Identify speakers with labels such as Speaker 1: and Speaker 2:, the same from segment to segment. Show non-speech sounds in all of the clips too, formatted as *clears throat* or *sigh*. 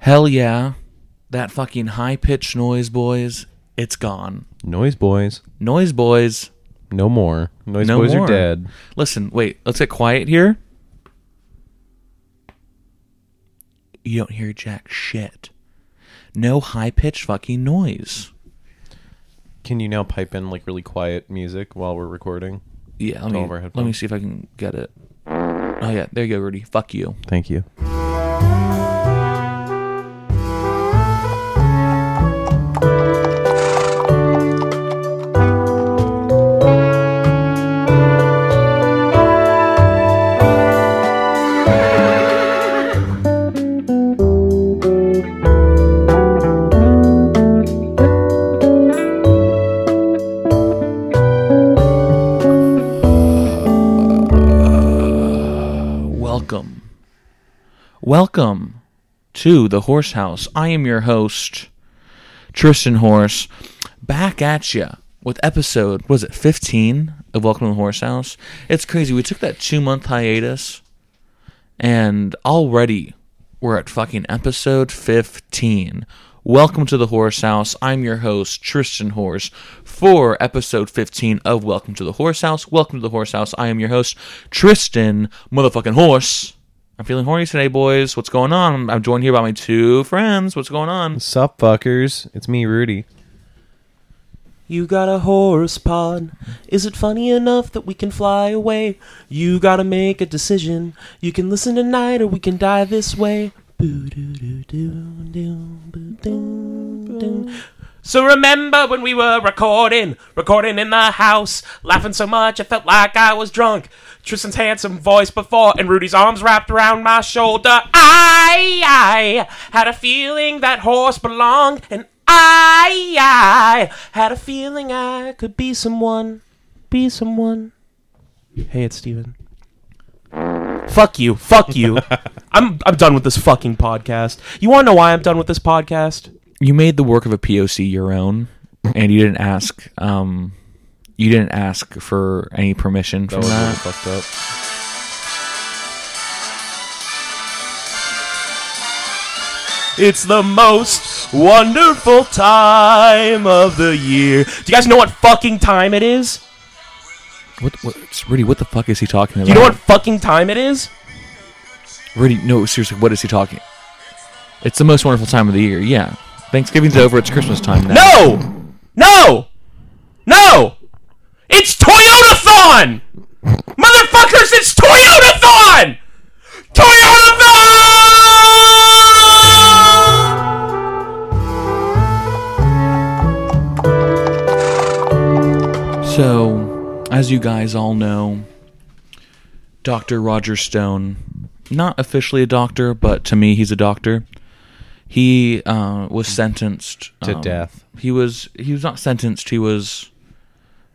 Speaker 1: Hell yeah. That fucking high pitched noise, boys. It's gone.
Speaker 2: Noise Boys,
Speaker 1: Noise, boys.
Speaker 2: no more. Noise
Speaker 1: No
Speaker 2: Boys
Speaker 1: more.
Speaker 2: are dead.
Speaker 1: Listen, wait. Let's get quiet here. You don't hear jack shit. No high pitched fucking noise.
Speaker 2: Can you now pipe in like really quiet music while we're recording?
Speaker 1: Yeah, let
Speaker 2: Don't
Speaker 1: me,
Speaker 2: over
Speaker 1: let me
Speaker 2: headphones.
Speaker 1: see if I can get it. Oh, yeah. There you go, Rudy. Fuck you.
Speaker 2: Thank you.
Speaker 1: Welcome. Welcome to the Horse House. I am your host, Tristan Horse, back at ya with episode, was it 15 of Welcome to the Horse House? It's crazy. We took that two month hiatus, and already we're at fucking episode 15. Welcome to the Horse House. I'm your host, Tristan Horse, for episode 15 of Welcome to the Horse House. Welcome to the Horse House. I am your host, Tristan motherfucking Horse. I'm feeling horny today, boys. What's going on? I'm joined here by my two friends. What's going on?
Speaker 2: Sup, fuckers? It's me, Rudy.
Speaker 3: You got a horse pod. Is it funny enough that we can fly away? You gotta make a decision. You can listen tonight or we can die this way. Boo-doo-doo-doo-doo-boo-doo-doo. So remember when we were recording, recording in the house, laughing so much I felt like I was drunk. Tristan's handsome voice before and Rudy's arms wrapped around my shoulder. I, I had a feeling that horse belonged and I, I had a feeling I could be someone, be someone. Hey, it's Steven. Fuck you. Fuck you. I'm I'm done with this fucking podcast. You want to know why I'm done with this podcast?
Speaker 1: you made the work of a POC your own, and you didn't ask. Um, you didn't ask for any permission
Speaker 2: That
Speaker 1: from
Speaker 2: was really
Speaker 1: that.
Speaker 2: fucked up.
Speaker 3: It's the most wonderful time of the year. Do you guys know what fucking time it is?
Speaker 1: What, what, Rudy? What the fuck is he talking about?
Speaker 3: Do you know what fucking time it is?
Speaker 1: Rudy? No, seriously, what is he talking? It's the most wonderful time of the year. Yeah, Thanksgiving's over. It's Christmas time now.
Speaker 3: No! No! No! It's Toyotathon! Motherfuckers, it's Toyotathon! Toyotathon!
Speaker 1: So, as you guys all know, Dr. Roger Stone, not officially a doctor, but to me, he's a doctor. He uh, was sentenced
Speaker 2: To
Speaker 1: um,
Speaker 2: death.
Speaker 1: He was he was not sentenced. He was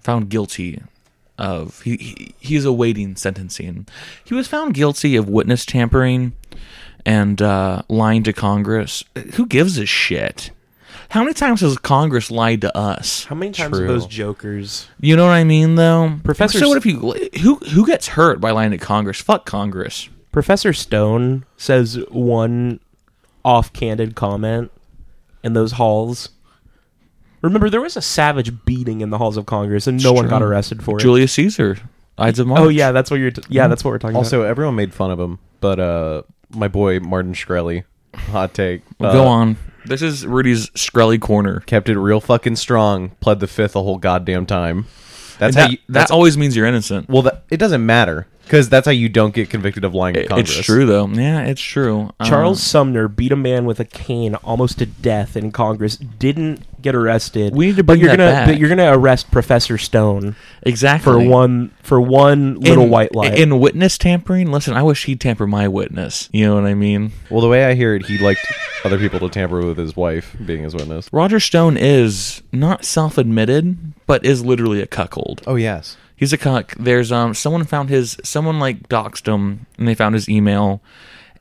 Speaker 1: found guilty of he, he he's awaiting sentencing. He was found guilty of witness tampering and uh, lying to Congress. Who gives a shit? How many times has Congress lied to us?
Speaker 3: How many times
Speaker 2: True.
Speaker 3: have those jokers?
Speaker 1: You know what I mean, though,
Speaker 3: Professor
Speaker 1: So what if
Speaker 3: S-
Speaker 1: you who who gets hurt by lying to Congress? Fuck Congress.
Speaker 3: Professor Stone says one off candid comment in those halls. Remember, there was a savage beating in the halls of Congress, and no one
Speaker 1: true.
Speaker 3: got arrested for it.
Speaker 1: Julius Caesar, Ides of March.
Speaker 3: Oh yeah, that's what you're. T- yeah, that's what we're talking
Speaker 2: Also, everyone made fun of him, but uh, my boy Martin Shkreli, hot take.
Speaker 1: *laughs*
Speaker 2: Uh,
Speaker 1: go on. This is Rudy's Scully corner.
Speaker 2: Kept it real fucking strong. Pled the fifth the whole goddamn time. That's
Speaker 1: And that,
Speaker 2: how. You,
Speaker 1: that
Speaker 2: that's
Speaker 1: always means you're innocent.
Speaker 2: well. That, it doesn't matter because that's how you don't get convicted of lying to
Speaker 1: It- it's
Speaker 2: Congress.
Speaker 1: true though. Yeah, it's true. Uh,
Speaker 3: about. Charles Sumner beat a man with a cane almost to death in Congress. Didn't get arrested.
Speaker 1: We need to
Speaker 3: but
Speaker 1: bring
Speaker 3: you're
Speaker 1: that
Speaker 3: gonna,
Speaker 1: back.
Speaker 3: But you're gonna arrest Professor Stone
Speaker 1: exactly
Speaker 3: for one for one
Speaker 1: In-
Speaker 3: little white lie.
Speaker 1: in witness tampering. Listen, I wish he'd tamper my witness. You know what I mean?
Speaker 2: Well, the way I hear it, he liked other people to tamper with his wife being his witness.
Speaker 1: Roger Stone is not self-admitted, but is literally a cuckold.
Speaker 2: Oh yes.
Speaker 1: He's a cuck. There's um someone found his someone like doxed him and they found his email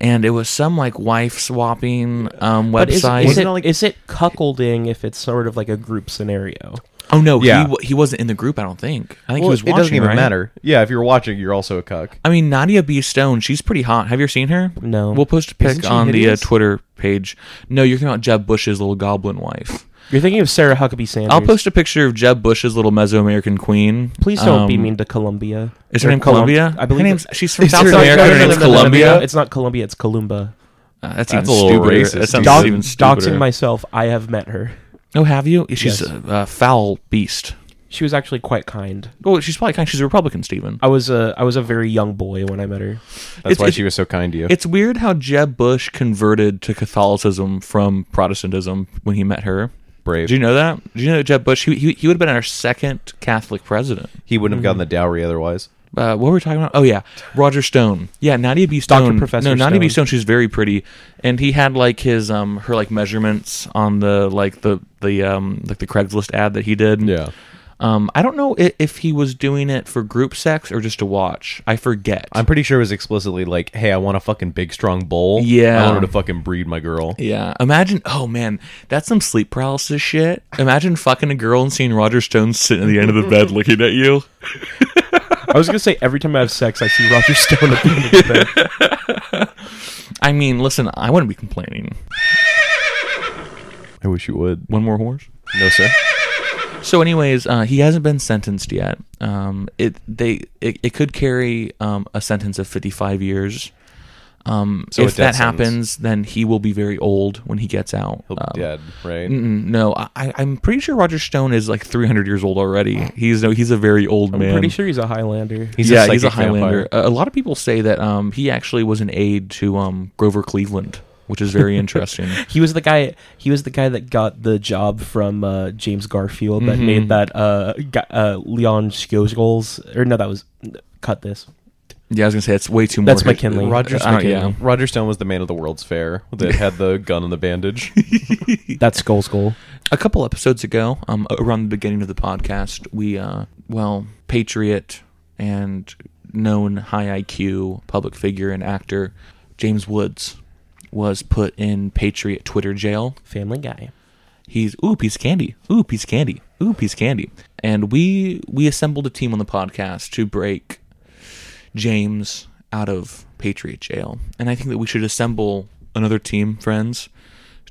Speaker 1: and it was some like wife swapping um
Speaker 3: but is,
Speaker 1: website.
Speaker 3: is, it,
Speaker 2: Wasn't it like-
Speaker 3: is it cuckolding if it's sort of like a group scenario?
Speaker 1: Oh no, he
Speaker 2: Yeah.
Speaker 1: he he wasn't in the group. I don't think. I think he was
Speaker 2: it
Speaker 1: watching.
Speaker 2: doesn't even
Speaker 1: right?
Speaker 2: matter. Yeah, if you're watching, you're also a cuck.
Speaker 1: I mean, Nadia B. Stone. She's pretty hot. Have you ever seen her?
Speaker 3: No.
Speaker 1: We'll post a
Speaker 2: Isn't
Speaker 1: pic
Speaker 2: she
Speaker 1: on the uh,
Speaker 2: hideous?
Speaker 1: Twitter page. No, you're talking about Jeb Bush's little goblin wife.
Speaker 3: You're thinking of Sarah Huckabee Sanders.
Speaker 1: I'll post a picture of Jeb Bush's little Mesoamerican queen.
Speaker 3: Please don't be
Speaker 1: Um,
Speaker 3: mean to Columbia.
Speaker 1: Is her
Speaker 3: Or
Speaker 1: name
Speaker 3: Colum-
Speaker 1: Columbia?
Speaker 3: I believe
Speaker 1: her name's,
Speaker 3: it-
Speaker 1: she's from
Speaker 2: Is
Speaker 1: South
Speaker 2: her-
Speaker 1: America.
Speaker 2: No,
Speaker 1: Her
Speaker 2: no,
Speaker 1: name's
Speaker 2: no, no, no, no, no.
Speaker 1: Columbia.
Speaker 3: It's not Columbia. It's Columba.
Speaker 1: Uh, That's even
Speaker 2: That's
Speaker 1: a little
Speaker 2: stupid
Speaker 1: racist. That
Speaker 2: racist,
Speaker 1: sounds
Speaker 2: dude.
Speaker 1: even
Speaker 3: Doxing
Speaker 1: stupider.
Speaker 3: myself, I have met her.
Speaker 1: oh, have you? She's
Speaker 3: Yes.
Speaker 1: a, a foul beast.
Speaker 3: She was actually quite kind.
Speaker 1: Well, she's probably kind. She's a Republican, Stephen.
Speaker 3: I was a I was a very young boy when I met her.
Speaker 2: That's
Speaker 1: It's-
Speaker 2: why
Speaker 1: it's-
Speaker 2: she was so kind to you.
Speaker 1: It's weird how Jeb Bush converted to Catholicism from Protestantism when he met her.
Speaker 2: Brave.
Speaker 1: Did you know that? Did you know that Jeb Bush? He, he, he would have been our second Catholic president.
Speaker 2: He wouldn't have gotten
Speaker 1: Mm-hmm.
Speaker 2: the dowry otherwise.
Speaker 1: Uh, what were we talking about? Oh yeah, Roger Stone. Yeah, Nadia B. Stone.
Speaker 3: Professor
Speaker 1: no, Nadia B. Stone.
Speaker 3: Stone.
Speaker 1: She's very pretty, and he had like his um her like measurements on the like the the um like the Craigslist ad that he did. Um, I don't know if, if he was doing it for group sex or just to watch. I forget.
Speaker 2: I'm pretty sure it was explicitly like, "Hey, I want a fucking big strong bull.
Speaker 1: Yeah.
Speaker 2: I want her to fucking breed my girl."
Speaker 1: yeah. Imagine. Oh man, that's some sleep paralysis shit. Imagine fucking a girl and seeing Roger Stone sitting at the end *laughs* of the bed looking at you.
Speaker 3: I was gonna say every time I have sex, I see *laughs* Roger Stone at the end of the bed.
Speaker 1: I mean, listen, I wouldn't be complaining.
Speaker 2: I wish you would.
Speaker 1: One more horse.
Speaker 2: No sir.
Speaker 1: So, anyways, uh, he hasn't been sentenced yet. Um, it they it, it could carry um, a sentence of fifty five years. Um,
Speaker 2: So a
Speaker 1: if that
Speaker 2: death sentence.
Speaker 1: happens, then he will be very old when he gets out.
Speaker 2: He'll be
Speaker 1: Um,
Speaker 2: dead, right?
Speaker 1: mm-mm, No, I- I, I'm pretty sure Roger Stone is like 300 years old already. He's no, he's a very old
Speaker 3: I'm
Speaker 1: man.
Speaker 3: pretty sure he's a Highlander.
Speaker 2: He's
Speaker 1: yeah, he's a
Speaker 2: psychic vampire.
Speaker 1: Highlander. A a lot of people say that um, he actually was an aide to um, Grover Cleveland, which is
Speaker 3: *laughs*
Speaker 1: very interesting.
Speaker 3: He was the guy. He was the guy that got the job from uh, James Garfield that
Speaker 1: Mhm.
Speaker 3: made that uh, gu- uh, Leon Scoles. Or no, that was cut this.
Speaker 1: Yeah, I was gonna say it's way too.
Speaker 3: That's
Speaker 1: more-
Speaker 3: McKinley.
Speaker 2: Roger,
Speaker 1: I don't- uh, yeah.
Speaker 2: Stone- Roger Stone was the man of the World's Fair
Speaker 1: *laughs*
Speaker 2: that had the gun and the bandage.
Speaker 3: That's Skull Skull.
Speaker 1: A couple episodes ago, um, around the beginning of the podcast, we, uh, well, patriot and known high IQ public figure and actor James Woods was put in patriot Twitter jail.
Speaker 3: Family Guy.
Speaker 1: He's ooh piece of candy, ooh piece of candy, ooh piece of candy, and we we assembled a team on the podcast to break James out of patriot jail, and I think that we should assemble another team, friends,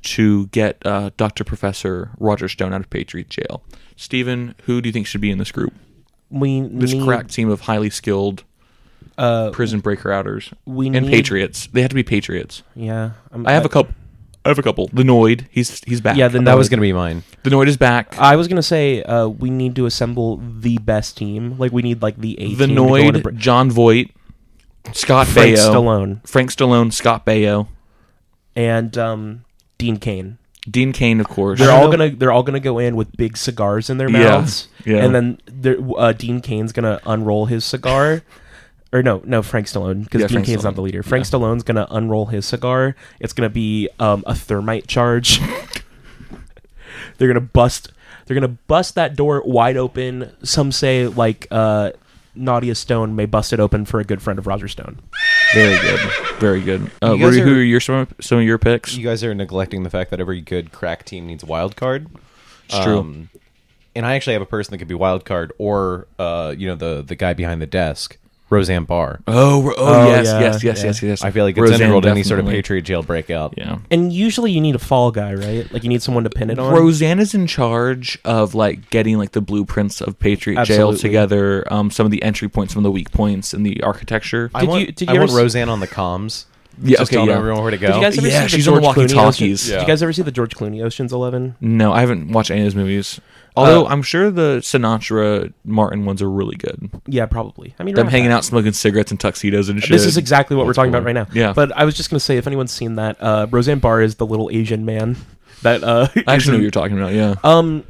Speaker 1: to get uh, Dr. Professor Roger Stone out of Patriot Jail. Stephen, who do you think should be in this group?
Speaker 3: We
Speaker 1: This
Speaker 3: need
Speaker 1: crack team of highly skilled
Speaker 3: Uh,
Speaker 1: prison breaker outers
Speaker 3: we
Speaker 1: and
Speaker 3: need-
Speaker 1: patriots. They have to be patriots.
Speaker 3: yeah. I'm,
Speaker 1: I have a couple. I have a couple. The Noid, he's he's back.
Speaker 3: Yeah, the
Speaker 2: that was gonna be mine.
Speaker 1: the Noid is back.
Speaker 3: I was gonna say uh, we need to assemble the best team. Like we need like the A
Speaker 1: the
Speaker 3: team to go into
Speaker 1: Noid,
Speaker 3: Br-
Speaker 1: John Voight, Scott
Speaker 3: Frank
Speaker 1: Baio,
Speaker 3: Stallone
Speaker 1: Frank Stallone, Scott Baio,
Speaker 3: and um, Dean Kane.
Speaker 1: Dean Kane, of course.
Speaker 3: They're
Speaker 2: I
Speaker 3: all
Speaker 2: know-
Speaker 3: gonna they're all gonna go in with big cigars in their
Speaker 1: Yeah,
Speaker 3: mouths.
Speaker 1: yeah.
Speaker 3: And then there- uh, Dean Kane's gonna unroll his cigar. Or no, no Frank Stallone because
Speaker 1: Yeah,
Speaker 3: Dean
Speaker 1: Frank
Speaker 3: Kane's
Speaker 1: Stallone.
Speaker 3: not the leader. Frank Stallone's gonna unroll his cigar. It's gonna be um, a thermite charge. *laughs* they're gonna bust. They're gonna bust that door wide open. Some say like uh, Nadia Stone may bust it open for a good friend of Roger Stone.
Speaker 1: very good, very good. Uh,
Speaker 2: You guys
Speaker 1: Rudy, who
Speaker 2: are-
Speaker 1: are your some some of your picks?
Speaker 2: You guys are neglecting the fact that every good crack team needs a wild card.
Speaker 1: It's true.
Speaker 2: Um, and I actually have a person that could be wild card, or uh, you know, the the guy behind the desk, Roseanne Barr.
Speaker 1: Oh, ro- oh,
Speaker 3: Oh,
Speaker 1: yes,
Speaker 3: yeah,
Speaker 1: yes, yes,
Speaker 3: yeah.
Speaker 1: yes, yes.
Speaker 2: I feel like it's
Speaker 1: Roseanne
Speaker 2: integral to any sort of
Speaker 1: definitely.
Speaker 2: Patriot jail breakout.
Speaker 1: Yeah.
Speaker 3: And usually you need a fall guy, right? Like you need someone to pin it on.
Speaker 1: Roseanne is in charge of like getting like the blueprints of Patriot Jail
Speaker 3: Absolutely.
Speaker 1: together, um, some of the entry points, some of the weak points, and the architecture.
Speaker 2: I
Speaker 3: Did
Speaker 2: want,
Speaker 3: you- did
Speaker 2: I
Speaker 3: you ever
Speaker 2: want
Speaker 3: s-
Speaker 2: Roseanne on the comms.
Speaker 1: Yeah,
Speaker 2: just
Speaker 1: okay,
Speaker 2: telling
Speaker 1: yeah.
Speaker 2: everyone where to go.
Speaker 3: Did you guys ever
Speaker 1: Yeah,
Speaker 3: see the
Speaker 1: she's on
Speaker 3: George
Speaker 1: the
Speaker 3: Clooney
Speaker 1: walkie-talkies.
Speaker 3: Ocean-
Speaker 2: Yeah.
Speaker 3: Did you guys ever see the George Clooney Ocean's Eleven?
Speaker 1: No, I haven't watched any of his movies.
Speaker 3: Uh,
Speaker 1: Although I'm sure the Sinatra Martin ones are really good.
Speaker 3: Yeah, probably. I mean,
Speaker 1: Them
Speaker 3: around
Speaker 1: hanging
Speaker 3: that.
Speaker 1: out smoking cigarettes and tuxedos and shit.
Speaker 3: This is exactly what we're talking
Speaker 2: cool.
Speaker 3: about right now.
Speaker 1: Yeah.
Speaker 3: But I was just gonna say, if anyone's seen that, uh, Roseanne Barr is the little Asian man that. Uh, *laughs*
Speaker 1: I
Speaker 3: is
Speaker 1: actually know
Speaker 3: in-
Speaker 1: what you're talking about. Yeah.
Speaker 3: *laughs* Um,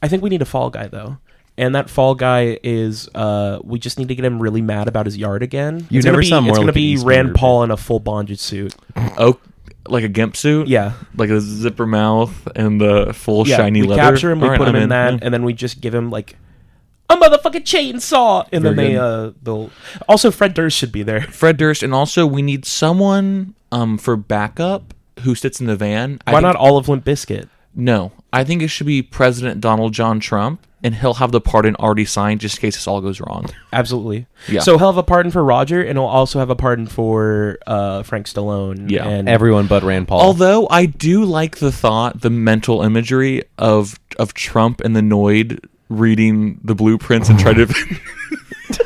Speaker 3: I think we need a fall guy though, and that fall guy is uh, we just need to get him really mad about his yard again.
Speaker 2: You
Speaker 3: it's gonna
Speaker 2: never
Speaker 3: be,
Speaker 2: sound more
Speaker 3: It's gonna
Speaker 2: like an
Speaker 3: be
Speaker 2: Eastern
Speaker 3: Rand
Speaker 2: European.
Speaker 3: Paul in a full bondage suit.
Speaker 1: oh, like a gimp suit.
Speaker 3: Um, Yeah.
Speaker 1: Like a zipper mouth and the full
Speaker 3: Yeah,
Speaker 1: shiny
Speaker 3: we
Speaker 1: leather.
Speaker 3: capture him, we
Speaker 1: All right,
Speaker 3: put him
Speaker 1: I'm
Speaker 3: in, that,
Speaker 1: Yeah.
Speaker 3: and then we just give him like a motherfucking chainsaw, and then
Speaker 1: Very
Speaker 3: they
Speaker 1: good.
Speaker 3: uh they'll also Fred Durst should be there.
Speaker 1: Fred Durst, and also we need someone um for backup who sits in the van. I
Speaker 3: Why
Speaker 1: think-
Speaker 3: not all of Limp Biscuit?
Speaker 1: No, I think it should be President Donald John Trump and he'll have the pardon already signed just in case this all goes
Speaker 3: *laughs*
Speaker 1: wrong.
Speaker 3: Absolutely.
Speaker 1: Yeah.
Speaker 3: So he'll have a pardon for Roger, and he'll also have a pardon for uh, Frank Stallone.
Speaker 1: Yeah.
Speaker 3: And
Speaker 2: Everyone but Rand Paul.
Speaker 1: Although I do like the thought, the mental imagery of of Trump and the Noid reading the blueprints and trying
Speaker 3: *laughs*
Speaker 1: to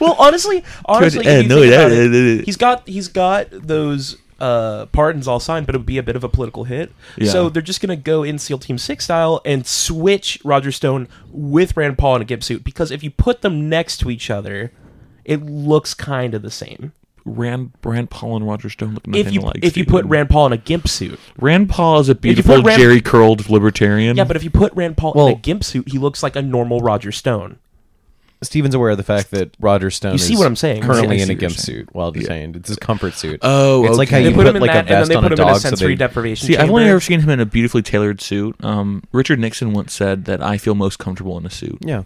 Speaker 3: well,
Speaker 2: *laughs*
Speaker 3: honestly, honestly,
Speaker 1: eh,
Speaker 3: if you
Speaker 1: no,
Speaker 3: think
Speaker 1: yeah,
Speaker 3: about it,
Speaker 1: yeah, yeah, yeah.
Speaker 3: he's got he's got those uh, pardons all signed, but it would be a bit of a political hit.
Speaker 1: Yeah.
Speaker 3: So they're just gonna go in SEAL Team Six style and switch Roger Stone with Rand Paul in a gimp suit because if you put them next to each other, it looks kind of the same.
Speaker 1: Rand Rand Paul and Roger Stone look nothing
Speaker 3: If you
Speaker 1: like.
Speaker 3: if you
Speaker 1: Stephen.
Speaker 3: put Rand Paul in a gimp suit,
Speaker 1: Rand Paul is a
Speaker 3: you put
Speaker 1: beautiful
Speaker 3: Rand-
Speaker 1: Jerry curled libertarian.
Speaker 2: Mm.
Speaker 3: yeah, but if you put Rand Paul in
Speaker 1: Well-
Speaker 3: a gimp suit, he looks like a normal Roger Stone.
Speaker 2: Steven's aware of the fact that Roger Stone
Speaker 3: You see
Speaker 2: is
Speaker 3: what I'm saying?
Speaker 1: I
Speaker 2: currently
Speaker 1: see
Speaker 2: in a
Speaker 1: what you're
Speaker 2: gimp
Speaker 1: saying.
Speaker 2: suit while detained. It's his comfort suit.
Speaker 1: Oh,
Speaker 2: it's like
Speaker 1: okay.
Speaker 2: how
Speaker 3: They
Speaker 2: you
Speaker 3: put him in
Speaker 2: like
Speaker 3: that,
Speaker 2: a
Speaker 3: and then
Speaker 2: vest
Speaker 3: they
Speaker 2: on
Speaker 3: put
Speaker 2: a
Speaker 3: him in a
Speaker 2: dog. so
Speaker 3: sensory
Speaker 2: they,
Speaker 3: deprivation.
Speaker 1: See, I've only
Speaker 3: chamber.
Speaker 1: ever seen him in a beautifully tailored suit. Um, Richard Nixon once said that I feel most comfortable in a suit.
Speaker 2: yeah,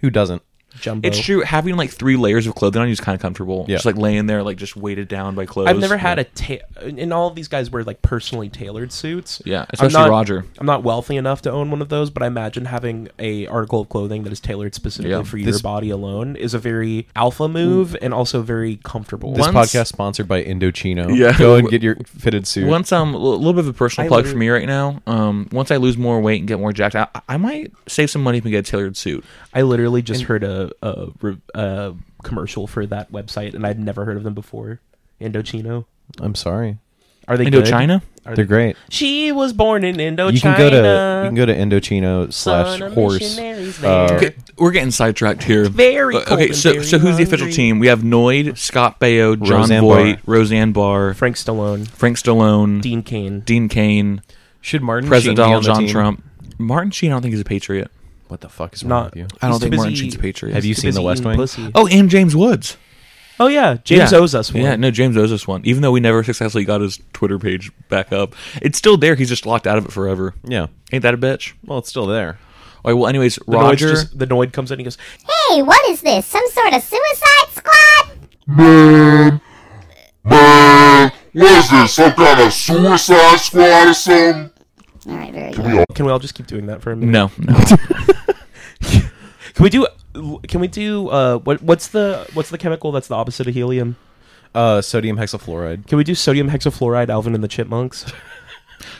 Speaker 2: who doesn't?
Speaker 3: Jumbo.
Speaker 1: It's true. Having like three layers of clothing on you is kind of comfortable.
Speaker 2: Yeah.
Speaker 1: Just like laying there, like just weighted down by clothes.
Speaker 3: I've never had
Speaker 1: Yeah.
Speaker 3: a ta- and all of these guys wear like personally tailored suits.
Speaker 1: Yeah,
Speaker 3: I'm
Speaker 1: especially
Speaker 3: not-
Speaker 1: Roger.
Speaker 3: I'm not wealthy enough to own one of those, but I imagine having a article of clothing that is tailored specifically
Speaker 1: Yeah.
Speaker 3: for your
Speaker 2: This-
Speaker 3: body alone is a very alpha move and also very comfortable.
Speaker 2: This
Speaker 1: Once-
Speaker 2: podcast sponsored by Indochino.
Speaker 1: Yeah.
Speaker 2: go and get your fitted suit.
Speaker 1: Once um, a little bit of a personal
Speaker 3: I
Speaker 1: plug for me right now. Um, once I lose more weight and get more jacked, I, I might save some money if I get a tailored suit.
Speaker 3: I literally just heard a a, re- a commercial for that website, and I'd never heard of them before. Indochino.
Speaker 2: I'm sorry,
Speaker 3: Are they
Speaker 1: Indochina.
Speaker 3: Good? Are
Speaker 2: they're
Speaker 3: they-
Speaker 2: great.
Speaker 3: She was born in Indochina.
Speaker 2: You can go to you can go to Indochino slash
Speaker 3: Oh, Son of
Speaker 2: horse.
Speaker 3: missionaries
Speaker 2: uh,
Speaker 3: there.
Speaker 1: Okay, we're getting sidetracked here.
Speaker 3: very
Speaker 1: Uh,
Speaker 3: cold
Speaker 1: okay.
Speaker 3: and
Speaker 1: So,
Speaker 3: very
Speaker 1: so who's the official
Speaker 3: hungry.
Speaker 1: team? We have Noid, Scott Baio, John
Speaker 2: Roseanne
Speaker 1: Voight,
Speaker 2: Barr.
Speaker 1: Roseanne Barr,
Speaker 3: Frank Stallone,
Speaker 1: Frank Stallone, Dean,
Speaker 3: Dean Kane.
Speaker 1: Kane,
Speaker 2: Should Martin
Speaker 1: President
Speaker 2: Sheen be on
Speaker 1: Donald
Speaker 2: the
Speaker 1: John
Speaker 2: team?
Speaker 1: Trump. Martin Sheen, I don't think he's a patriot.
Speaker 2: What the fuck is wrong
Speaker 3: Not.
Speaker 2: with you?
Speaker 1: I don't
Speaker 3: he's
Speaker 1: think
Speaker 3: too
Speaker 1: Martin
Speaker 3: busy-
Speaker 1: Sheen's a patriot.
Speaker 2: Have you
Speaker 3: too
Speaker 2: seen The
Speaker 3: busy
Speaker 2: West
Speaker 3: eating
Speaker 2: Wing?
Speaker 3: pussy.
Speaker 1: Oh, and James Woods.
Speaker 3: Oh yeah, James
Speaker 1: yeah.
Speaker 3: owes us one.
Speaker 1: Yeah, no, James owes us one. Even though we never successfully got his Twitter page back up, it's still there. He's just locked out of it forever.
Speaker 2: Yeah.
Speaker 1: Ain't that a bitch?
Speaker 2: Well, it's still there.
Speaker 1: All right. Well, anyways,
Speaker 3: The Noid's
Speaker 1: Roger.
Speaker 3: just- the Noid comes in. and He goes,
Speaker 4: Hey, what is this? Some sort of suicide squad?
Speaker 5: What's this? Some kind of suicide squad or something?
Speaker 4: All right, very good.
Speaker 3: "Can we all just keep doing that for a minute?
Speaker 1: No, *laughs* no.
Speaker 3: Can we do? Can we do? Uh, what, what's the what's the chemical that's the opposite of helium?
Speaker 2: Uh, sodium hexafluoride.
Speaker 3: Can we do sodium hexafluoride? Alvin and
Speaker 1: *laughs*
Speaker 3: the Chipmunks.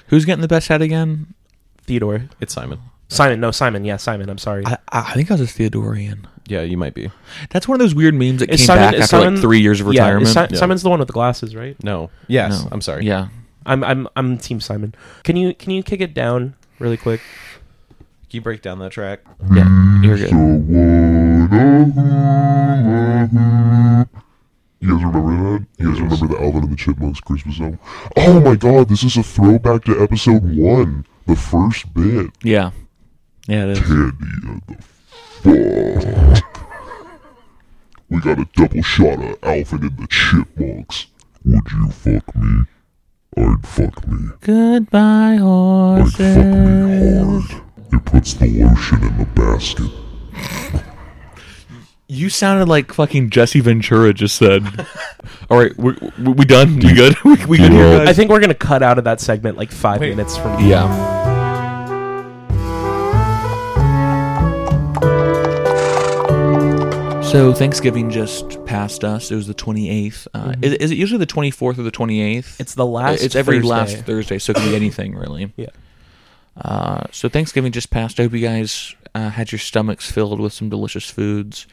Speaker 1: Who's getting the best head again?
Speaker 3: Theodore.
Speaker 2: It's Simon.
Speaker 3: Simon. No, Simon. Yeah, Simon. I'm sorry.
Speaker 1: I, I think I was a Theodorian.
Speaker 2: Yeah, you might be.
Speaker 1: That's one of those weird memes that
Speaker 3: Is
Speaker 1: came
Speaker 3: Simon-
Speaker 1: back
Speaker 3: is
Speaker 1: after
Speaker 3: Simon-
Speaker 1: like three years of
Speaker 3: yeah,
Speaker 1: retirement.
Speaker 3: is Si-
Speaker 2: Yeah.
Speaker 3: Simon's the one with the glasses, right?
Speaker 2: No. Yes.
Speaker 1: No.
Speaker 2: I'm sorry.
Speaker 1: Yeah.
Speaker 3: I'm I'm I'm Team Simon. Can you can you kick it down really quick?
Speaker 2: Can you break down that track?
Speaker 1: Yeah. You're good.
Speaker 5: You guys remember that? You guys remember the Alvin and the Chipmunks Christmas album? Oh my god, this is a throwback to episode one, the first bit.
Speaker 1: Yeah. Yeah, it is.
Speaker 5: Candy and the fuck. We got a double shot of Alvin and the Chipmunks. Would you fuck me? I'd fuck me.
Speaker 1: Goodbye,
Speaker 5: I'd fuck me
Speaker 1: horses.
Speaker 5: hard. It puts the lotion in the basket.
Speaker 1: You sounded like fucking Jesse Ventura just said. All right, we we we done. We good. *laughs* We, we good here,
Speaker 5: Yeah.
Speaker 1: guys.
Speaker 3: I think we're gonna cut out of that segment like five
Speaker 2: Wait.
Speaker 3: minutes from.
Speaker 1: yeah. So Thanksgiving just passed us. It was the twenty eighth. Uh, is, is it usually the twenty fourth or the twenty eighth?
Speaker 3: It's the last.
Speaker 1: it's every
Speaker 3: Thursday.
Speaker 1: last Thursday, so it can be anything really.
Speaker 3: Yeah.
Speaker 1: Uh, so Thanksgiving just passed. I hope you guys uh, had your stomachs filled with some delicious foods.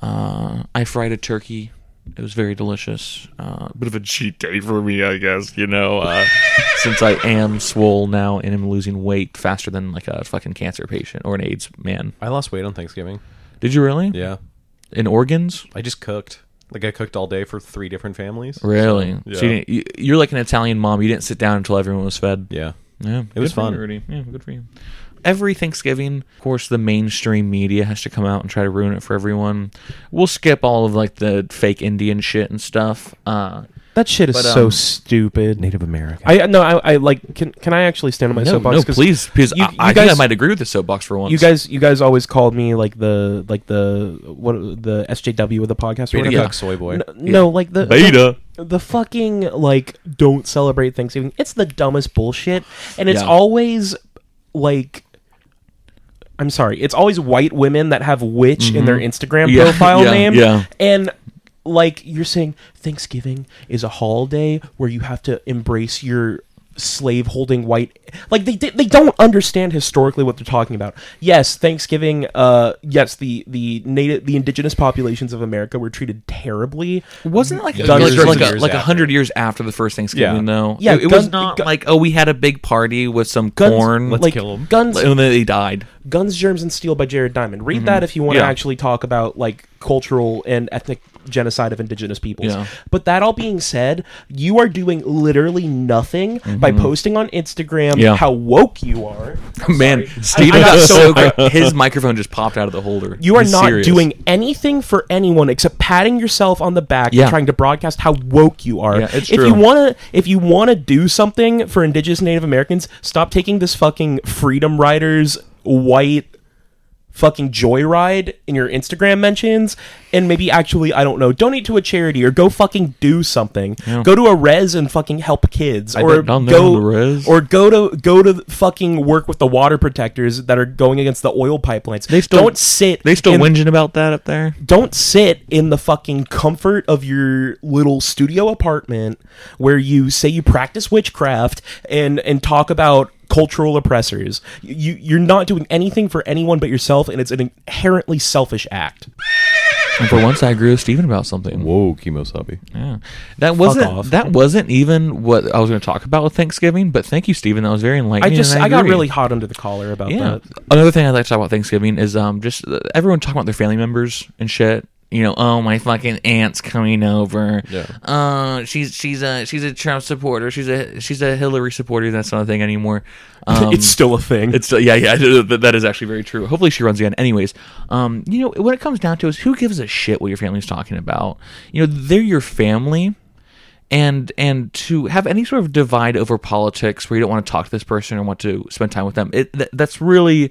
Speaker 1: Uh, I fried a turkey. It was very delicious. Uh, bit of a cheat day for me, I guess. You know, uh, *laughs* since I am swole now and am losing weight faster than like a fucking cancer patient or an AIDS man.
Speaker 2: I lost weight on Thanksgiving.
Speaker 1: Did you really?
Speaker 2: Yeah.
Speaker 1: In organs?
Speaker 2: I just cooked. Like I cooked all day for three different families.
Speaker 1: Really?
Speaker 2: Yeah.
Speaker 1: So you didn't, you, you're like an Italian mom. You didn't sit down until everyone was fed.
Speaker 2: Yeah.
Speaker 1: Yeah, it
Speaker 2: was fun.
Speaker 1: Yeah, good for you. Every Thanksgiving, of course, the mainstream media has to come out and try to ruin it for everyone. We'll skip all of like the fake Indian shit and stuff. Uh,
Speaker 3: That shit is
Speaker 1: But,
Speaker 3: so
Speaker 1: um,
Speaker 3: stupid.
Speaker 2: Native American.
Speaker 3: I no, I, I like. Can can I actually stand on my
Speaker 1: Oh, no,
Speaker 3: soapbox?
Speaker 1: no,
Speaker 3: 'Cause
Speaker 1: please, because
Speaker 3: you-
Speaker 1: I,
Speaker 3: you
Speaker 1: I think I
Speaker 3: guys-
Speaker 1: might agree with the soapbox for once.
Speaker 3: You guys, you guys always called me like the like the what the SJW of the podcast.
Speaker 2: Beta
Speaker 3: Or whatever.
Speaker 1: Yeah.
Speaker 2: cook soy boy.
Speaker 3: N- No, like the
Speaker 1: Beta.
Speaker 3: the, the fucking like don't celebrate Thanksgiving. It's the dumbest bullshit, and it's
Speaker 1: Yeah.
Speaker 3: always like I'm sorry. It's always white women that have witch in their Instagram
Speaker 1: Mm-hmm. Yeah,
Speaker 3: profile
Speaker 1: *laughs* yeah,
Speaker 3: name.
Speaker 1: yeah.
Speaker 3: And like you're saying, Thanksgiving is a holiday where you have to embrace your slave holding white like they di- they don't understand historically what they're talking about yes thanksgiving uh yes the the native the indigenous populations of america were treated terribly
Speaker 1: Wasn't it like
Speaker 2: Yeah,
Speaker 1: like,
Speaker 3: years
Speaker 1: like,
Speaker 3: and
Speaker 1: a,
Speaker 2: years
Speaker 1: like a
Speaker 2: after.
Speaker 1: hundred years after the first Thanksgiving,
Speaker 2: Yeah.
Speaker 1: though?
Speaker 3: Yeah,
Speaker 1: it, it
Speaker 3: guns-
Speaker 1: was not
Speaker 3: gu-
Speaker 1: like oh, we had a big party with some corn.
Speaker 2: Let's
Speaker 3: like,
Speaker 2: kill 'em.
Speaker 3: guns
Speaker 1: and then he died.
Speaker 3: Guns, Germs, and Steel by Jared Diamond. Read that if you want
Speaker 1: Mm-hmm. Yeah.
Speaker 3: to actually talk about like cultural and ethnic genocide of indigenous peoples.
Speaker 1: Yeah.
Speaker 3: But that all being said, you are doing literally nothing by posting on Instagram
Speaker 1: Mm-hmm. Yeah.
Speaker 3: how woke you are.
Speaker 1: Man, Steven
Speaker 3: I got
Speaker 1: was so
Speaker 3: so-
Speaker 1: *laughs* great. His microphone just popped out of the holder.
Speaker 3: You are
Speaker 1: He's
Speaker 3: not
Speaker 1: serious.
Speaker 3: doing anything for anyone except patting yourself on the back
Speaker 1: Yeah.
Speaker 3: and trying to broadcast how woke you are.
Speaker 1: Yeah, it's
Speaker 3: if
Speaker 1: true.
Speaker 3: you want to if you want to do something for indigenous Native Americans, stop taking this fucking freedom riders white fucking joyride in your Instagram mentions and maybe actually I don't know, donate to a charity or go fucking do something. Go to a res and fucking help kids or
Speaker 1: bet down there
Speaker 3: go
Speaker 1: on the res.
Speaker 3: or go to go to fucking work with the water protectors that are going against the oil pipelines.
Speaker 1: They still
Speaker 3: don't sit
Speaker 1: They still
Speaker 3: in-
Speaker 1: whinging about that up there.
Speaker 3: don't sit in the fucking comfort of your little studio apartment where you say you practice witchcraft and and talk about cultural oppressors. You you're not doing anything for anyone but yourself and it's an inherently selfish act.
Speaker 1: And for once, I agree with Steven about something.
Speaker 2: Whoa, Kimosabi.
Speaker 1: Yeah. That wasn't
Speaker 3: off.
Speaker 1: that wasn't even what I was going to talk about with Thanksgiving. But thank you, Stephen. That was very
Speaker 3: I
Speaker 1: enlightening.
Speaker 3: just
Speaker 1: and
Speaker 3: I, got
Speaker 1: agree.
Speaker 3: really hot under the collar about
Speaker 1: yeah.
Speaker 3: that.
Speaker 1: Another thing I'd like to talk about Thanksgiving is um just uh, everyone talking about their family members and shit. You know, oh my fucking aunt's coming over.
Speaker 2: Yeah.
Speaker 1: Uh, she's she's a she's a Trump supporter. She's a she's a Hillary supporter. That's not a thing anymore. Um,
Speaker 3: it's still a thing.
Speaker 1: It's uh, yeah, yeah. *laughs* That that is actually very true. Hopefully, she runs again. Anyways, um, you know what it comes down to is who gives a shit what your family's talking about. You know, they're your family, and and to have any sort of divide over politics where you don't want to talk to this person or want to spend time with them, it th- that's really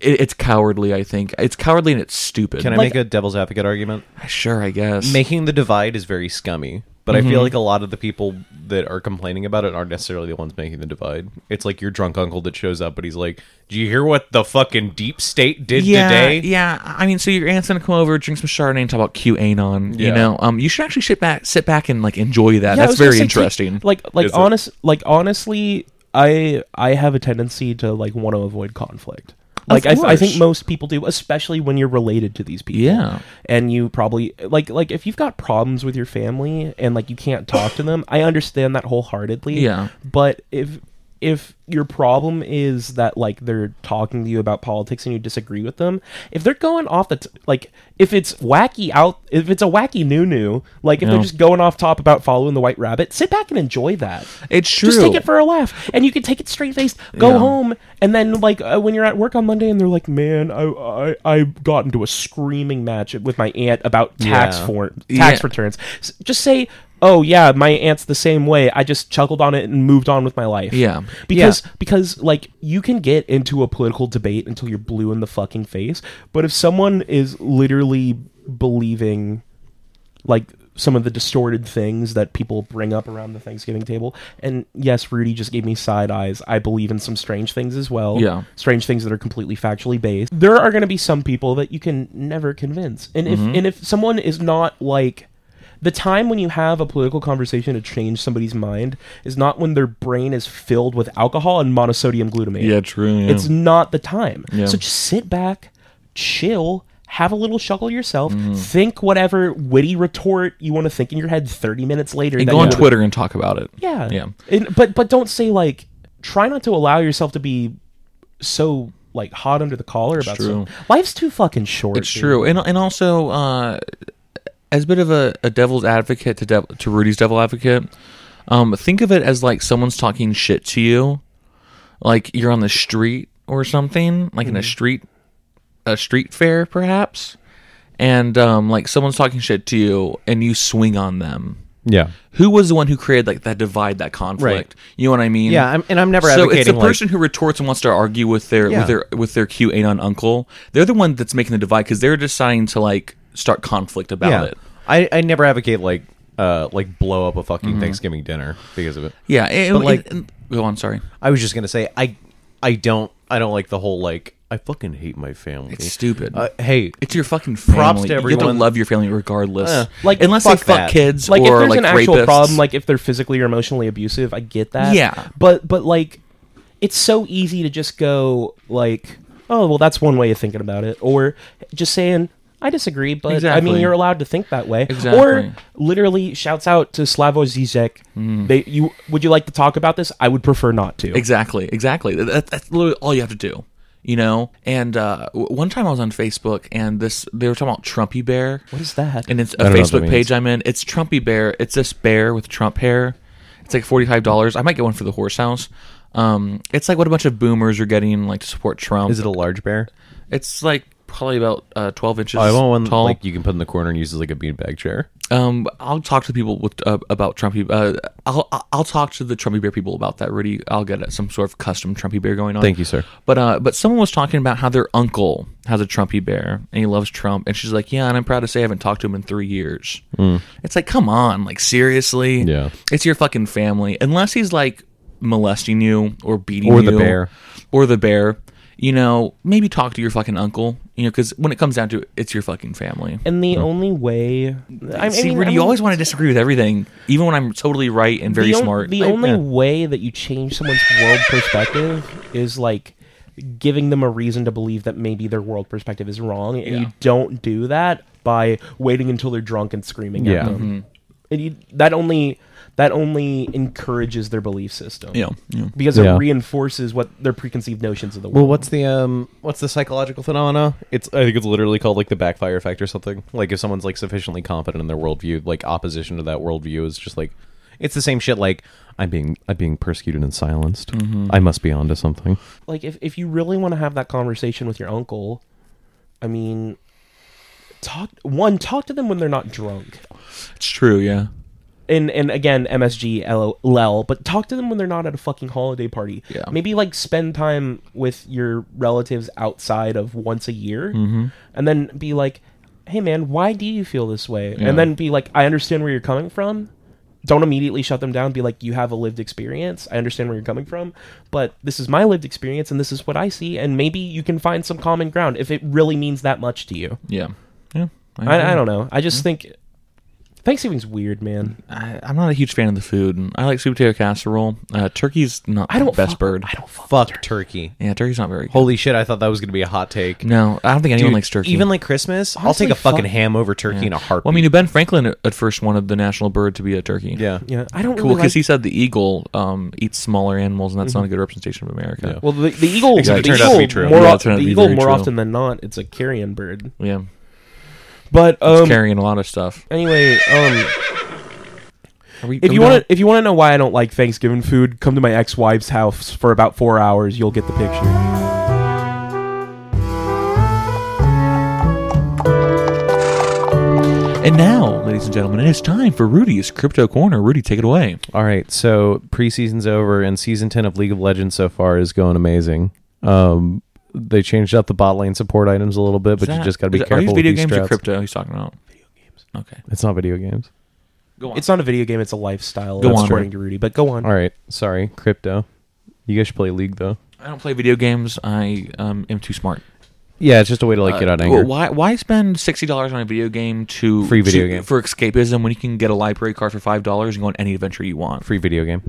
Speaker 1: it, it's cowardly. I think it's cowardly and it's stupid.
Speaker 2: Can I
Speaker 1: Like,
Speaker 2: make a devil's advocate argument?
Speaker 1: Sure, I guess.
Speaker 2: Making the divide is very scummy, but I feel like a lot of the people that are complaining about it aren't necessarily the ones making the divide. It's like your drunk uncle that shows up, but he's like, "Do you hear what the fucking deep state did
Speaker 1: yeah,
Speaker 2: today?"
Speaker 1: yeah. I mean, so your aunt's gonna come over, drink some Chardonnay, and talk about QAnon. You
Speaker 2: Yeah.
Speaker 1: know, um, you should actually sit back, sit back, and like enjoy that.
Speaker 3: Yeah, I
Speaker 1: That's
Speaker 3: was gonna
Speaker 1: very
Speaker 3: say,
Speaker 1: interesting.
Speaker 3: take- like like
Speaker 2: Is it?
Speaker 3: honest like honestly, I I have a tendency to like want to avoid conflict. Like I, I
Speaker 1: course.
Speaker 3: think most people do, especially when you're related to these people.
Speaker 1: Yeah.
Speaker 3: and you probably like like if you've got problems with your family and like you can't talk to them, I understand that wholeheartedly.
Speaker 1: Yeah.
Speaker 3: but if if your problem is that like they're talking to you about politics and you disagree with them, if they're going off the t- like if it's wacky out if it's a wacky new new like if
Speaker 1: Yeah.
Speaker 3: they're just going off top about following the white rabbit, sit back and enjoy that.
Speaker 1: It's true.
Speaker 3: Just take it for a laugh, and you can take it straight faced. Go
Speaker 1: Yeah.
Speaker 3: home, and then like uh, when you're at work on Monday, and they're like, "Man, I I, I got into a screaming match with my aunt about tax
Speaker 2: Yeah.
Speaker 3: for tax
Speaker 1: Yeah.
Speaker 3: returns." S- just say, "Oh yeah, my aunt's the same way." I just chuckled on it and moved on with my life.
Speaker 1: Yeah.
Speaker 3: because because like you can get into a political debate until you're blue in the fucking face, but if someone is literally believing like some of the distorted things that people bring up around the Thanksgiving table. And yes, Rudy just gave me side eyes. I believe in some strange things as well.
Speaker 1: Yeah.
Speaker 3: Strange things that are completely factually based. There are going to be some people that you can never convince. And if and if someone is not like the time when you have a political conversation to change somebody's mind is not when their brain is filled with alcohol and monosodium glutamate.
Speaker 1: Yeah, true. Yeah.
Speaker 3: It's not the time.
Speaker 1: Yeah.
Speaker 3: So just sit back, chill, have a little chuckle yourself,
Speaker 1: Mm-hmm.
Speaker 3: think whatever witty retort you want to think in your head 30 minutes later.
Speaker 1: and
Speaker 3: that
Speaker 1: go
Speaker 3: you
Speaker 1: on
Speaker 3: would've-
Speaker 1: Twitter and talk about it.
Speaker 3: Yeah.
Speaker 1: yeah.
Speaker 3: And- but but don't say like try not to allow yourself to be so like hot under the collar about
Speaker 1: true.
Speaker 3: something. Life's too fucking short.
Speaker 1: It's
Speaker 3: dude.
Speaker 1: true. And and also, uh, as a bit of a, a devil's advocate to dev- to Rudy's devil advocate, um, think of it as like someone's talking shit to you, like you're on the street or something, like in a street a street fair perhaps, and um, like someone's talking shit to you and you swing on them.
Speaker 2: yeah,
Speaker 1: Who was the one who created like that divide, that conflict? You know what I mean?
Speaker 2: yeah. I'm, and I'm never
Speaker 1: so
Speaker 2: advocating
Speaker 1: it's the
Speaker 2: like,
Speaker 1: person who retorts and wants to argue with their
Speaker 2: Yeah.
Speaker 1: with their with their QAnon uncle. They're the one that's making the divide because they're deciding to like start conflict about
Speaker 2: yeah.
Speaker 1: it.
Speaker 2: I, I never advocate like uh like blow up a fucking Thanksgiving dinner because of it.
Speaker 1: Yeah, and-
Speaker 2: But, like-
Speaker 1: and- go on. Sorry.
Speaker 2: I was just gonna say I I don't I don't like the whole like I fucking hate my family.
Speaker 1: It's stupid.
Speaker 2: Uh, hey,
Speaker 1: it's your fucking family.
Speaker 2: to
Speaker 1: You have
Speaker 2: everyone.
Speaker 1: to love your family regardless.
Speaker 2: Uh,
Speaker 1: like
Speaker 3: like,
Speaker 1: unless
Speaker 2: fuck
Speaker 1: they fuck
Speaker 2: that.
Speaker 1: kids
Speaker 3: like if
Speaker 1: or
Speaker 3: there's
Speaker 1: like
Speaker 3: an actual
Speaker 1: rapists.
Speaker 3: problem like if they're physically or emotionally abusive i get that
Speaker 1: Yeah.
Speaker 3: but but like it's so easy to just go like oh well that's one way of thinking about it or just saying i disagree but i
Speaker 1: Exactly.
Speaker 3: mean you're allowed to think that way
Speaker 1: Exactly.
Speaker 3: or literally shouts out to slavo zizek
Speaker 1: Mm.
Speaker 3: they you would you like to talk about this i would prefer not to
Speaker 1: Exactly, exactly. That- That, that's literally all you have to do, you know. And uh, w- one time I was on Facebook, and this they were talking about Trumpy Bear.
Speaker 3: what is that
Speaker 1: And it's a
Speaker 2: I don't know what that
Speaker 1: Facebook
Speaker 2: means.
Speaker 1: page I'm in. It's Trumpy Bear. It's this bear with Trump hair. It's like forty five dollars. I might get one for the horse house. Um, it's like what a bunch of boomers are getting like to support Trump.
Speaker 2: is it a large bear?
Speaker 1: It's like probably about uh, twelve inches.
Speaker 2: Oh, I want one
Speaker 1: tall.
Speaker 2: like you can put in the corner and use as like a beanbag chair.
Speaker 1: Um, I'll talk to people with uh, about Trumpy. Uh, I'll I'll- I'll talk to the Trumpy Bear people about that. Rudy, I'll get uh, some sort of custom Trumpy Bear going on.
Speaker 2: Thank you, sir.
Speaker 1: But uh, but someone was talking about how their uncle has a Trumpy Bear and he loves Trump, and she's like, yeah, and I'm proud to say I haven't talked to him in three years. It's like, come on, like seriously,
Speaker 2: Mm. Yeah.
Speaker 1: it's your fucking family. Unless he's like molesting you or beating
Speaker 2: Or the
Speaker 1: you
Speaker 2: bear.
Speaker 1: or the bear. You know, maybe talk to your fucking uncle. You know, because when it comes down to it, it's your fucking family.
Speaker 3: and the only way I,
Speaker 1: Mm. See,
Speaker 3: I mean,
Speaker 1: Rudy,
Speaker 3: I
Speaker 1: you
Speaker 3: mean-
Speaker 1: always want to disagree with everything, even when I'm totally right and very
Speaker 3: the on-
Speaker 1: smart.
Speaker 3: the only way that you change someone's world perspective is like giving them a reason to believe that maybe their world perspective is wrong, and you don't do that by waiting until they're drunk and screaming
Speaker 2: Yeah.
Speaker 3: at them. And you, that only that only encourages their belief system.
Speaker 1: yeah, yeah.
Speaker 3: Because
Speaker 2: Yeah.
Speaker 3: it reinforces what their preconceived notions of the world.
Speaker 2: Well, what's the um, what's the psychological phenomena? It's I think it's literally called like the backfire effect or something. Like if someone's like sufficiently confident in their worldview, like opposition to that worldview is just like, it's the same shit. Like I'm being I'm being persecuted and silenced.
Speaker 1: Mm-hmm.
Speaker 2: I must be onto something.
Speaker 3: like if, if you really want to have that conversation with your uncle, I mean, talk one talk to them when they're not drunk.
Speaker 1: It's true. Yeah,
Speaker 3: and and again MSG LL, LL, but talk to them when they're not at a fucking holiday party.
Speaker 1: Yeah.
Speaker 3: Maybe like spend time with your relatives outside of once a year
Speaker 1: Mm-hmm.
Speaker 3: and then be like, "Hey man, why do you feel this way?"
Speaker 1: Yeah.
Speaker 3: And then be like, "I understand where you're coming from." Don't immediately shut them down. Be like, "You have a lived experience. I understand where you're coming from, but this is my lived experience and this is what I see and maybe you can find some common ground if it really means that much to you."
Speaker 1: yeah, yeah.
Speaker 3: I, I
Speaker 1: Mm-hmm.
Speaker 3: don't know. I just think Thanksgiving's weird, man.
Speaker 1: I, I'm not a huge fan of the food. I like sweet potato casserole. Uh, turkey's not
Speaker 3: I don't
Speaker 1: the best
Speaker 3: fuck-
Speaker 1: bird.
Speaker 3: I don't fuck
Speaker 2: Fuck turkey.
Speaker 1: Yeah, turkey's not very. Good.
Speaker 2: Holy shit! I thought that was gonna be a hot take.
Speaker 1: No, I don't think anyone
Speaker 2: Dude,
Speaker 1: likes turkey.
Speaker 2: Even like Christmas, I'll
Speaker 3: Honestly,
Speaker 2: take a fucking
Speaker 3: fuck-
Speaker 2: ham over turkey in a heartbeat.
Speaker 1: well, I mean, Ben Franklin uh, at first wanted the national bird to be a turkey.
Speaker 2: yeah,
Speaker 3: Yeah, I don't
Speaker 1: cool, because
Speaker 3: really like Mm-hmm.
Speaker 1: he said the eagle um, eats smaller animals, and that's not a good representation of America.
Speaker 3: Well, the, the eagle,
Speaker 2: Except
Speaker 3: the
Speaker 2: it turned out to
Speaker 3: eagle,
Speaker 2: be true.
Speaker 3: more,
Speaker 1: Yeah, it
Speaker 3: oft-
Speaker 1: turned out
Speaker 3: the
Speaker 1: to be
Speaker 3: eagle
Speaker 1: very
Speaker 3: more
Speaker 1: true.
Speaker 3: often than not, it's a carrion bird.
Speaker 1: Yeah,
Speaker 3: But
Speaker 1: it's
Speaker 3: um,
Speaker 1: carrying a lot of stuff.
Speaker 3: anyway, um,
Speaker 1: Are we,
Speaker 3: if you want to, if you want to know why I don't like Thanksgiving food, come to my ex-wife's house for about four hours. You'll get the picture.
Speaker 1: and now, ladies and gentlemen, it is time for Rudy's crypto corner. Rudy, take it away.
Speaker 2: All right, so preseason's over, and season ten of League of Legends so far is going amazing. Um, they changed up the bot lane support items a little bit, but
Speaker 1: Is
Speaker 2: you
Speaker 1: that-
Speaker 2: just got to be
Speaker 1: is it-
Speaker 2: careful.
Speaker 1: Are these
Speaker 2: with
Speaker 1: video
Speaker 2: these
Speaker 1: games
Speaker 2: strats.
Speaker 1: or crypto? He's talking about video games. Okay,
Speaker 2: It's not video games.
Speaker 1: go on.
Speaker 3: It's not a video game; it's a lifestyle.
Speaker 1: Go
Speaker 3: That's
Speaker 1: on.
Speaker 3: according to Rudy. But go on.
Speaker 2: All right, sorry, crypto. You guys should play League though.
Speaker 1: I don't play video games. I um, am too smart.
Speaker 2: Yeah, it's just a way to like get out
Speaker 1: Uh,
Speaker 2: anger.
Speaker 1: Why why spend sixty dollars on a video game to
Speaker 2: Free video
Speaker 1: to-
Speaker 2: game.
Speaker 1: for escapism when you can get a library card for five dollars and go on any adventure you want?
Speaker 2: Free video game.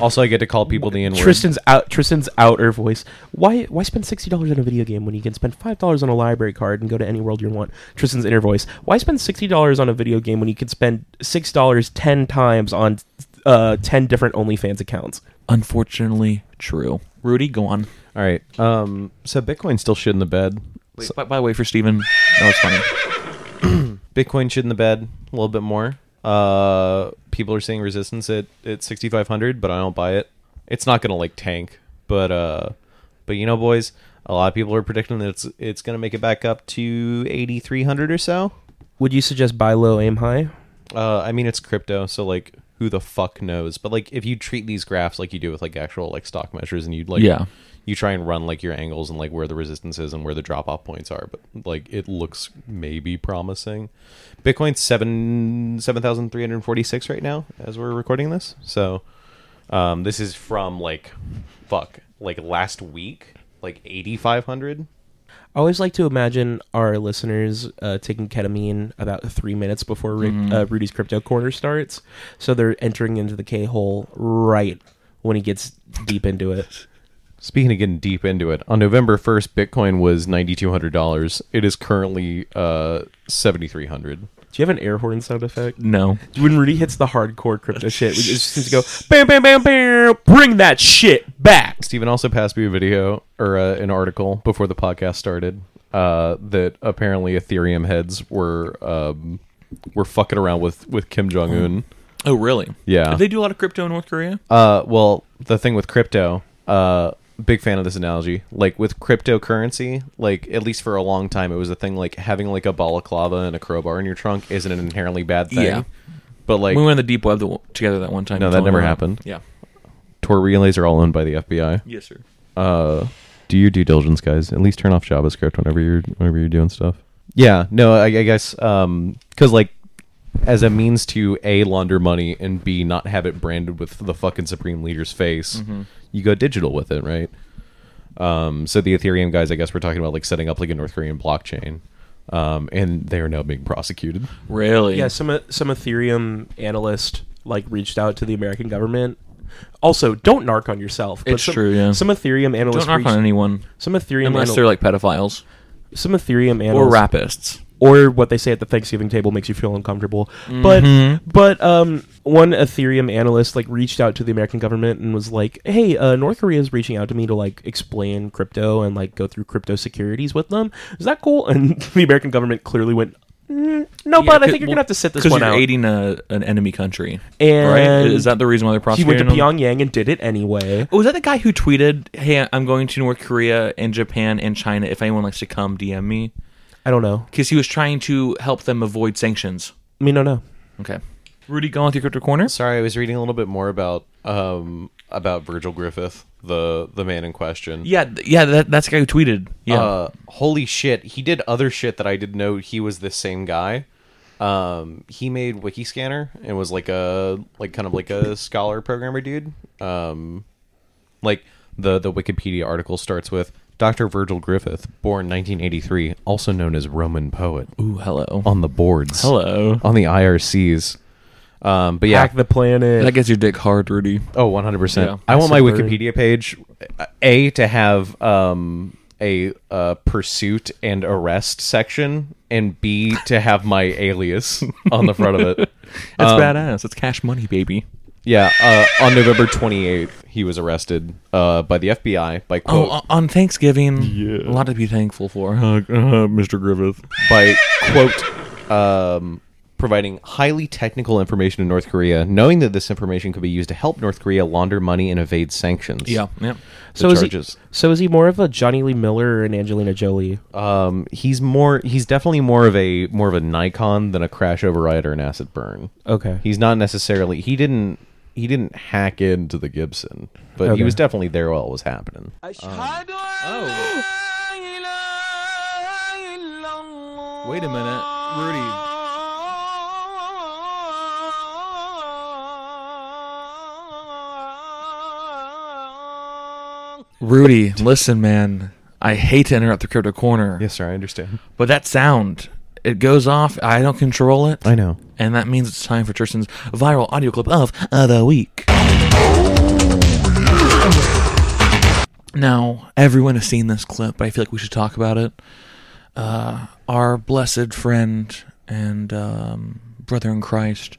Speaker 2: Also, I get to call people the N word.
Speaker 3: Tristan's out. Tristan's outer voice. Why? Why spend sixty dollars on a video game when you can spend five dollars on a library card and go to any world you want? Tristan's inner voice. Why spend sixty dollars on a video game when you can spend six dollars ten times on uh, ten different OnlyFans accounts?
Speaker 1: Unfortunately, true. Rudy, go on.
Speaker 2: All right. Um. So Bitcoin's still shit in the bed.
Speaker 1: Wait, by, by the way, for Steven, that was funny.
Speaker 2: Bitcoin shit in the bed a little bit more. Uh, people are seeing resistance at at 6500, but I don't buy it. It's not gonna like tank, but uh, but you know, boys, a lot of people are predicting that it's it's gonna make it back up to 8300 or so.
Speaker 3: Would you suggest buy low, aim high?
Speaker 2: Uh, I mean, it's crypto, so like, who the fuck knows? But like, if you treat these graphs like you do with like actual like stock measures, and you like,
Speaker 1: Yeah.
Speaker 2: you try and run like your angles and like where the resistance is and where the drop off points are, but like it looks maybe promising. Bitcoin's seven seven thousand three hundred forty six right now as we're recording this. So, um, this is from like, fuck, like last week. like 8500
Speaker 3: I always like to imagine our listeners uh, taking ketamine about three minutes before Ru- uh, Rudy's crypto corner starts, so they're entering into the K hole right when he gets deep into *laughs* it.
Speaker 2: Speaking of getting deep into it, on November 1st, Bitcoin was $9,200. It is currently uh, 7,300.
Speaker 3: Do you have an air horn sound effect?
Speaker 1: No.
Speaker 3: When Rudy hits the hardcore crypto *laughs* shit, we just seems to go bam, bam, bam, bam. Bring that shit back.
Speaker 2: Steven also passed me a video or uh, an article before the podcast started uh, that apparently Ethereum heads were um, were fucking around with, with Kim Jong Un.
Speaker 1: Oh, really?
Speaker 2: Yeah.
Speaker 1: Did they do a lot of crypto in North Korea?
Speaker 2: Uh, well, the thing with crypto, uh, big fan of this analogy. Like with cryptocurrency, like at least for a long time, it was a thing like having like a balaclava and a crowbar in your trunk isn't an inherently bad thing.
Speaker 1: Yeah.
Speaker 2: But like
Speaker 1: we went on the deep web the, together that one time.
Speaker 2: No,
Speaker 1: You
Speaker 2: that
Speaker 1: told me
Speaker 2: never
Speaker 1: about it.
Speaker 2: happened.
Speaker 1: Yeah.
Speaker 2: Tor relays are all owned by the FBI.
Speaker 1: Yes, sir.
Speaker 2: Do your due diligence, guys. At least turn off JavaScript whenever you're whenever you're doing stuff. Yeah, no, I, I guess because like as a means to a launder money and b not have it branded with the fucking supreme leader's face, you go digital with it, right? Um, so the Ethereum guys, I guess, we're talking about like setting up like a North Korean blockchain, um, and they are now being prosecuted.
Speaker 1: Really?
Speaker 3: Yeah, some uh, some Ethereum analyst like reached out to the American government. Also, don't narc on yourself. but
Speaker 1: It's
Speaker 3: some-
Speaker 1: true, yeah.
Speaker 3: Some Ethereum
Speaker 1: Don't
Speaker 3: analyst
Speaker 1: knock
Speaker 3: reached-
Speaker 1: on anyone
Speaker 3: some Ethereum
Speaker 1: unless
Speaker 3: anal-
Speaker 1: they're like pedophiles
Speaker 3: some Ethereum analyst
Speaker 1: or rapists.
Speaker 3: or what they say at the Thanksgiving table makes you feel uncomfortable.
Speaker 2: Mm-hmm.
Speaker 3: But but um, one Ethereum analyst like reached out to the American government and was like, "Hey, uh, North Korea is reaching out to me to like explain crypto and like go through crypto securities with them. Is that cool?" *laughs* And the American government clearly went. "Mm, No, but I think you're gonna have to sit this
Speaker 1: because
Speaker 3: one
Speaker 1: you're
Speaker 3: out.
Speaker 1: aiding a, an enemy country, right?
Speaker 3: And-
Speaker 1: Is that the reason why they're
Speaker 3: he
Speaker 1: prosecuting
Speaker 3: went to
Speaker 1: them?
Speaker 3: Pyongyang and did it anyway.
Speaker 1: Oh, was that the guy who tweeted, "Hey, I'm going to North Korea and Japan and China. If anyone likes to come, DM me,"
Speaker 3: I don't know.
Speaker 1: because he was trying to help them avoid sanctions.
Speaker 3: I mean, no, no.
Speaker 1: Okay, Rudy, go on with your crypto corner.
Speaker 2: Sorry, I was reading a little bit more about um, about Virgil Griffith, the the man in question.
Speaker 1: Yeah, th- yeah, that, that's the guy who tweeted. Yeah,
Speaker 2: Uh, holy shit, he did other shit that I didn't know he was this same guy. Um, he made Wikiscanner and was like a like kind of like a scholar programmer dude. Um, like the the Wikipedia article starts with Dr. Virgil Griffith, born 1983, also known as Roman poet,
Speaker 1: ooh, hello,
Speaker 2: on the boards,
Speaker 1: hello.
Speaker 2: on the IRCs. Um, but yeah,
Speaker 3: Hack the planet.
Speaker 1: That gets your dick hard, Rudy.
Speaker 2: Oh, 100%.
Speaker 1: Yeah.
Speaker 2: I want my
Speaker 3: Massive bird.
Speaker 2: Wikipedia page uh, a to have um a uh, pursuit and arrest section and B to have my alias *laughs* on the front of it.
Speaker 1: That's badass. That's cash money, baby.
Speaker 2: Yeah, uh, on November 28th he was arrested uh by the FBI by
Speaker 1: Oh,
Speaker 2: quote
Speaker 1: o- on Thanksgiving, a lot to be thankful for,
Speaker 2: Uh,
Speaker 1: huh, Mr. Griffith.
Speaker 2: by quote um, providing highly technical information to North Korea, knowing that this information could be used to help North Korea launder money and evade sanctions.
Speaker 1: Yeah, yeah.
Speaker 2: The
Speaker 3: so is
Speaker 2: charges.
Speaker 3: he? So is he more of a Johnny Lee Miller or an Angelina Jolie?
Speaker 2: Um, he's more. He's definitely more of a more of a Nikon than a crash override or an acid burn.
Speaker 3: Okay.
Speaker 2: He's not necessarily. He didn't. He didn't hack into the Gibson, but
Speaker 3: Okay.
Speaker 2: he was definitely there while it was happening.
Speaker 1: Wait a minute, Rudy. Rudy, listen, man. I hate to interrupt the crypto corner,
Speaker 2: Yes, sir. I understand.
Speaker 1: but that sound it goes off. I don't control it.
Speaker 2: I know.
Speaker 1: And that means it's time for Tristan's viral audio clip of uh, the week. Now, everyone has seen this clip, but I feel like we should talk about it. Uh, our blessed friend and um, brother in Christ,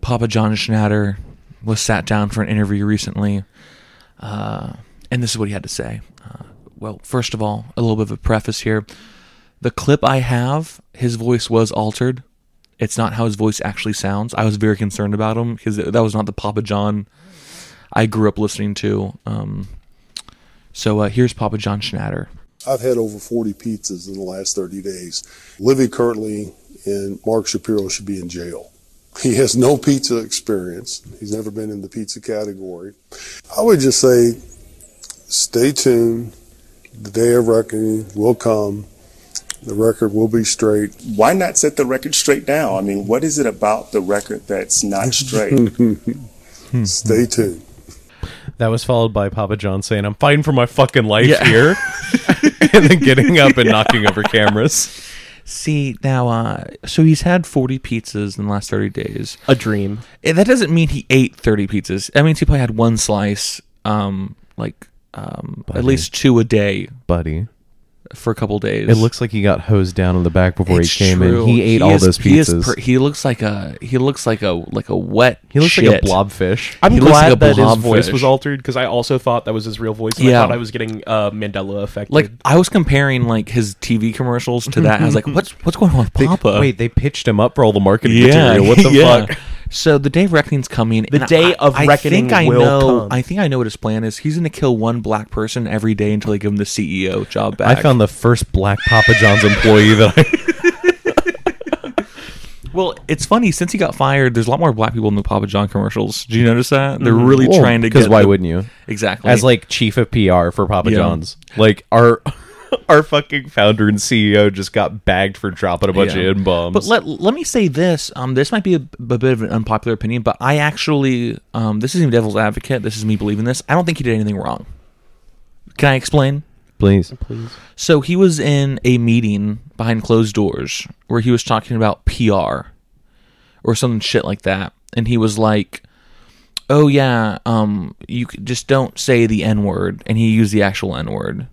Speaker 1: Papa John Schnatter, was sat down for an interview recently. Uh, and this is what he had to say. Uh, well, first of all, a little bit of a preface here. The clip I have, his voice was altered it's not how his voice actually sounds. I was very concerned about him because that was not the Papa John I grew up listening to. Um, so uh, here's Papa John Schnatter.
Speaker 6: I've had over 40 pizzas in the last 30 days. Livy currently and Mark Shapiro should be in jail. He has no pizza experience. He's never been in the pizza category. I would just say stay tuned. The day of reckoning will come. The record will be straight.
Speaker 7: why not set the record straight now? I mean, what is it about the record that's not straight?
Speaker 6: Stay tuned.
Speaker 2: That was followed by Papa John saying, "I'm fighting for my fucking life *laughs* here," and then getting up and knocking over cameras.
Speaker 1: See now, uh, so he's had forty pizzas in the last thirty days.
Speaker 3: A dream.
Speaker 1: Eh, That doesn't mean he ate thirty pizzas. That means he probably had one slice, um, like um, at least two a day
Speaker 2: Buddy,
Speaker 1: for a couple days.
Speaker 2: it looks like he got hosed down in the back before
Speaker 1: It's
Speaker 2: he came
Speaker 1: true.
Speaker 2: in. He ate all
Speaker 1: is-
Speaker 2: those
Speaker 1: He, is
Speaker 2: pizzas.
Speaker 1: per- he looks like a he looks like a like a wet.
Speaker 2: He looks like
Speaker 1: shit.
Speaker 2: a blobfish.
Speaker 3: I'm
Speaker 1: He looks
Speaker 3: glad
Speaker 1: like a
Speaker 3: that his
Speaker 1: blobfish.
Speaker 3: voice was altered because I also thought that was his real voice. And
Speaker 1: Yeah.
Speaker 3: I thought I was getting uh, Mandela effect.
Speaker 1: Like I was comparing like his TV commercials to that. I was like, what's what's going on with Papa?
Speaker 2: Wait, Mm-hmm. they pitched him up for all the marketing
Speaker 1: yeah,
Speaker 2: material. What *laughs*
Speaker 1: *laughs*
Speaker 2: the
Speaker 1: yeah.
Speaker 2: fuck?
Speaker 1: So the day of reckoning's coming.
Speaker 3: The
Speaker 1: and
Speaker 3: day
Speaker 1: I,
Speaker 3: of
Speaker 1: I
Speaker 3: reckoning
Speaker 1: think I
Speaker 3: will
Speaker 1: know.
Speaker 3: come.
Speaker 1: I think I know what his plan is. He's going to kill one black person every day until they give him the CEO job back.
Speaker 2: I found the first black Papa John's employee that *laughs* I
Speaker 1: Well, it's funny since he got fired. There's a lot more black people in the Papa John commercials. Do you notice that? They're really
Speaker 2: Well,
Speaker 1: trying to
Speaker 2: because
Speaker 1: get
Speaker 2: Mm, why
Speaker 1: the-
Speaker 2: wouldn't you?
Speaker 1: exactly
Speaker 2: As like chief of PR for Papa
Speaker 1: Yeah.
Speaker 2: John's, like our *laughs* our fucking founder and CEO just got bagged for dropping a bunch
Speaker 1: Yeah.
Speaker 2: of in bombs.
Speaker 1: But let let me say this. Um, this might be a, a bit of an unpopular opinion, but I actually um, this isn't even devil's advocate. This is me believing this. I don't think he did anything wrong. Can I explain?
Speaker 2: please,
Speaker 1: So he was in a meeting behind closed doors where he was talking about PR or some shit like that, and he was like, "Oh yeah, um, you c- just don't say the N word," and he used the actual N word.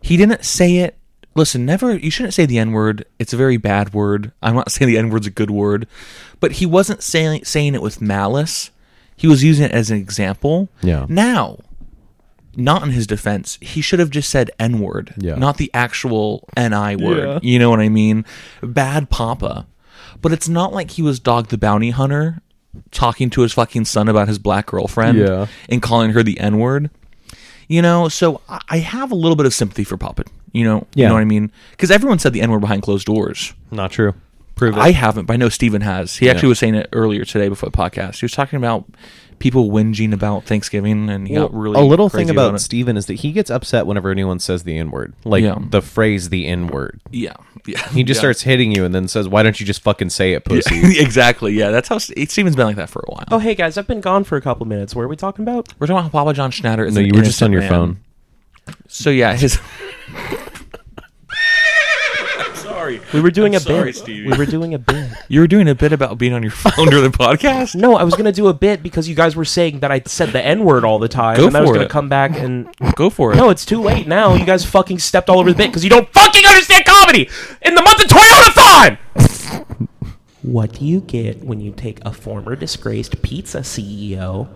Speaker 1: He didn't say it. Listen, never. You shouldn't say the N word. It's a very bad word. I'm not *laughs* saying the N word's a good word, but he wasn't saying saying it with malice. He was using it as an example.
Speaker 2: Yeah.
Speaker 1: Now, not in his defense, he should have just said N word,
Speaker 2: Yeah.
Speaker 1: not the actual N I word. You know what I mean? Bad papa. But it's not like he was Dog the Bounty Hunter talking to his fucking son about his black girlfriend
Speaker 2: Yeah.
Speaker 1: and calling her the N word. You know, so I I have a little bit of sympathy for Papa. You know, you
Speaker 2: Yeah.
Speaker 1: know what I mean? Because everyone said the N word behind closed doors.
Speaker 2: not true. Prove it.
Speaker 1: I haven't, but I know Steven has. He actually was saying it earlier today before the podcast. He was talking about people whinging about Thanksgiving, and he got
Speaker 2: Well,
Speaker 1: really
Speaker 2: a little thing
Speaker 1: crazy
Speaker 2: about,
Speaker 1: it.
Speaker 2: Steven is that he gets upset whenever anyone says the N word, like
Speaker 1: Yeah.
Speaker 2: the phrase the N word.
Speaker 1: Yeah, yeah.
Speaker 2: He just
Speaker 1: Yeah.
Speaker 3: *laughs*
Speaker 2: starts hitting you and then says, "Why don't you just fucking say it, pussy?"
Speaker 1: exactly. Yeah, that's how St- Steven's been like that for a while.
Speaker 3: oh, hey guys, I've been gone for a couple minutes. What are we talking about?
Speaker 1: We're talking about Papa John Schnatter. Is
Speaker 2: *laughs* No,
Speaker 1: an
Speaker 2: you were just
Speaker 1: innocent
Speaker 2: on your
Speaker 1: man.
Speaker 2: phone.
Speaker 1: So yeah, his *laughs*
Speaker 3: We were doing a bit. We were doing a bit.
Speaker 1: you were doing a bit about being on your *laughs* phone during the podcast.
Speaker 3: No, I was gonna do a bit because you guys were saying that I said the N word all the time,
Speaker 1: Go
Speaker 3: and I was
Speaker 1: for
Speaker 3: gonna
Speaker 1: it.
Speaker 3: come back and
Speaker 1: Go for it.
Speaker 3: no, it's too late now. You guys fucking stepped all over the bit because you don't
Speaker 8: Fucking understand comedy in the month of Toyota
Speaker 9: What do you get when you take a former disgraced pizza
Speaker 3: E
Speaker 9: CEO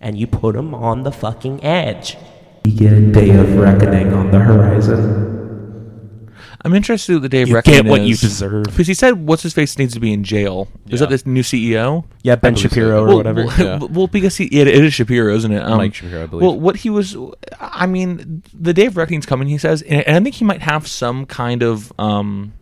Speaker 9: and you put him on the fucking edge? You get a day of reckoning on the horizon.
Speaker 1: I'm interested in the day of
Speaker 3: You
Speaker 1: reckoning.
Speaker 3: get what you
Speaker 1: is.
Speaker 3: deserve.
Speaker 1: Because he said, "What's his face needs to be in jail." Is that this new E CEO?
Speaker 3: Yeah, Ben Shapiro or
Speaker 1: Well,
Speaker 3: whatever.
Speaker 1: Well, well, because he it, it is Shapiro, isn't it? Um,
Speaker 2: Mike Shapiro, I believe.
Speaker 1: Well, what he was, I mean, the day of reckoning's coming. He says, and, and I think he might have some kind of, um,